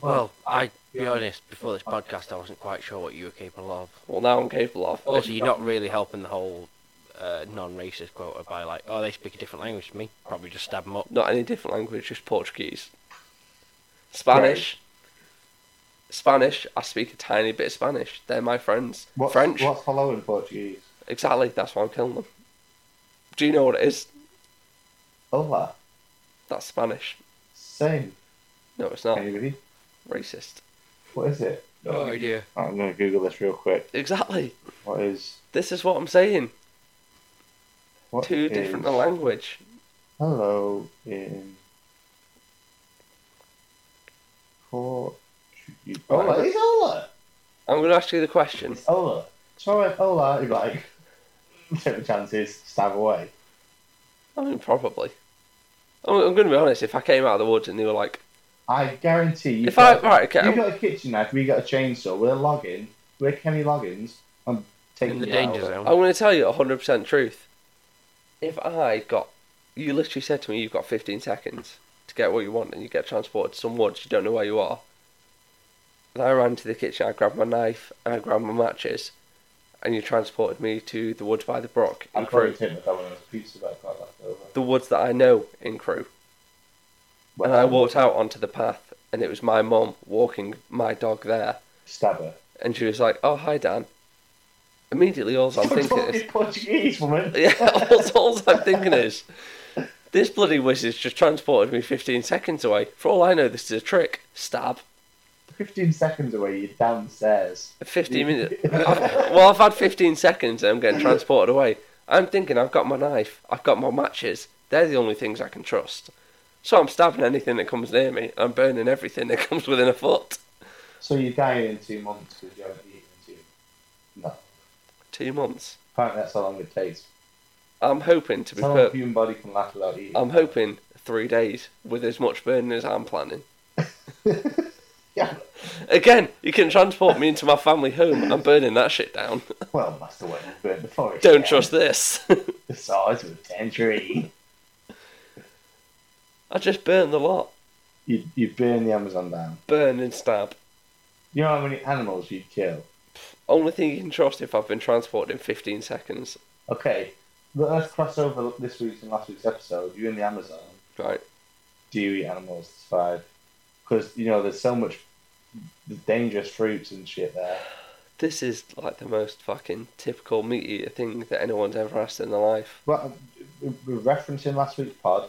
B: Well, I'd be honest, before this podcast, I wasn't quite sure what you were capable of.
C: Well, now I'm capable of.
A: Oh.
B: Also, you're not really helping the whole uh, non-racist quota by like, oh, they speak a different language to me. Probably just stab them up.
C: Not any different language, just Portuguese. Spanish. Spanish. I speak a tiny bit of Spanish. They're my friends.
A: What's,
C: French.
A: What's hello in Portuguese?
C: Exactly. That's why I'm killing them. Do you know what it is?
A: Hola.
C: That's Spanish.
A: Same.
C: No, it's not.
A: Anybody?
C: Racist.
A: What is it?
B: idea.
A: I'm going to Google this real quick.
C: Exactly.
A: What is.
C: This is what I'm saying.
A: What
C: Two
A: is
C: different language.
A: Hello in. Portuguese.
C: Oh,
A: Hola. It's hola.
C: I'm going to ask you the question.
A: It's hola. So I went hola. You're like, [LAUGHS] take the chances, stab away.
C: I mean, probably. I'm, I'm going to be honest. If I came out of the woods and they were like,
A: I guarantee you.
C: if I right, okay,
A: You
C: I'm-
A: got a kitchen knife, we got a chainsaw, we're logging, we're Kenny Loggins, I'm taking
B: In the
A: you
B: danger
A: out.
B: zone.
C: I'm going to tell you 100 percent truth. If I got, you literally said to me, you've got 15 seconds to get what you want, and you get transported to some woods, you don't know where you are. And I ran to the kitchen, I grabbed my knife, and I grabbed my matches, and you transported me to the woods by the brook in
A: I'd probably
C: Crewe,
A: take my Domino's pizza but I've got left over.
C: the woods that I know in Crewe. And I walked out onto the path, and it was my mum walking my dog there,
A: Stab her.
C: and she was like, "Oh, hi, Dan." Immediately, all I'm
A: [LAUGHS]
C: thinking is,
A: Fucking Portuguese woman.
C: [LAUGHS] Yeah, all, all I'm thinking is this bloody wizard's just transported me 15 seconds away. For all I know, this is a trick. Stab.
A: 15 seconds away, you're downstairs.
C: 15 minutes. I've, well, I've had 15 seconds and I'm getting transported away. I'm thinking I've got my knife, I've got my matches. They're the only things I can trust. So I'm stabbing anything that comes near me. I'm burning everything that comes within a foot.
A: So you're dying in two months because you haven't eaten in two No.
C: Two months.
A: Apparently that's how long it takes.
C: I'm hoping to be.
A: That's how long a
C: Per-
A: human body can last without eating.
C: I'm hoping three days with as much burning as I'm planning.
A: yeah.
C: Again, you can transport me into my family home. I'm burning that shit down.
A: [LAUGHS]
C: [LAUGHS]
A: Well, that's the way we burn the forest.
C: Don't
A: down.
C: trust this. [LAUGHS]
A: the size of a century.
C: I just burn the lot.
A: you, you burn the Amazon down.
C: Burn and stab.
A: You know how many animals you'd kill?
C: Only thing you can trust if I've been transported in 15 seconds.
A: Okay, let- let's cross over this week's and last week's episode. You in the Amazon?
C: Right.
A: Do you eat animals to survive? Because you know there's so much there's dangerous fruits and shit there.
C: This is like the most fucking typical meat eater thing that anyone's ever asked in their life.
A: But um, we're referencing last week's pod.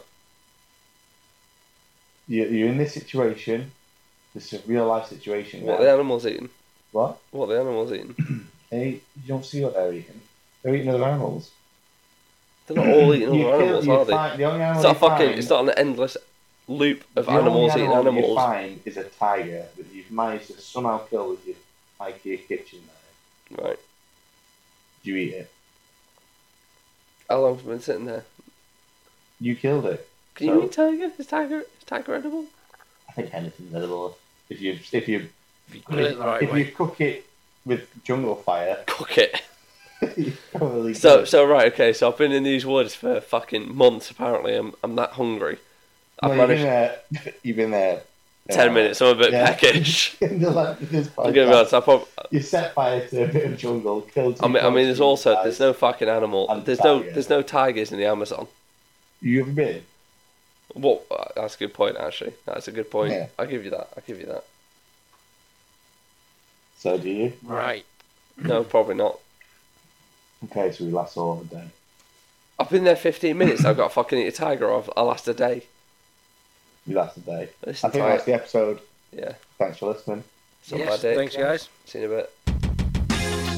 A: You, you're in this situation. This is a real life situation.
C: What
A: man.
C: the animals eating?
A: What?
C: What the animals eating?
A: They you don't see what they're eating. They're eating other animals.
C: They're not all eating
A: You
C: other
A: kill-
C: animals,
A: you
C: are they?
A: find- the only animal
C: It's not
A: you
C: fucking.
A: find-
C: It's not an endless loop of
A: the
C: animals
A: only
C: eating
A: animal that You
C: animals.
A: find is a tiger that you've managed to somehow kill with your IKEA kitchen knife.
C: Right.
A: Do you eat it?
C: How long have we been sitting there?
A: You killed it.
C: Can you
A: So-
C: eat tiger? Is tiger is tiger edible?
A: I think anything's edible if you if you
B: If you
A: if,
B: put it the right
A: if
B: way.
A: you cook it with jungle fire. [LAUGHS]
C: Cook it.
A: you probably
C: So
A: could.
C: so right. Okay. So I've been in these woods for fucking months. Apparently, I'm I'm that hungry. I've
A: No, you've been
C: managed
A: there. [LAUGHS] You've been there.
C: [LAUGHS] ten minutes. I'm a bit
A: Yeah.
C: peckish.
A: uh, [LAUGHS] In the length of this
C: I'm gonna be
A: podcast.
C: honest. I prob-
A: You set fire to a bit of jungle, killed.
C: I mean, I mean, there's also
A: there's
C: there's no fucking animal.
A: And
C: There's no
A: tiger.
C: there's no tigers in the Amazon.
A: You ever been?
C: Well, uh, that's a good point. Actually, that's a good point.
A: Yeah.
C: I'll give you that. I'll give you that.
A: So do you?
B: Right.
C: No, probably not.
A: Okay, so we last all of the day.
C: I've been there 15 minutes. I've got to fucking eat a tiger. I've, I'll last a day.
A: We last the day. I
C: Listen
A: think
C: to
A: that's
C: it.
A: the episode.
C: Yeah.
A: Thanks for listening.
C: Suck my
B: Yes,
C: dick.
B: thanks, guys.
C: See you in a bit.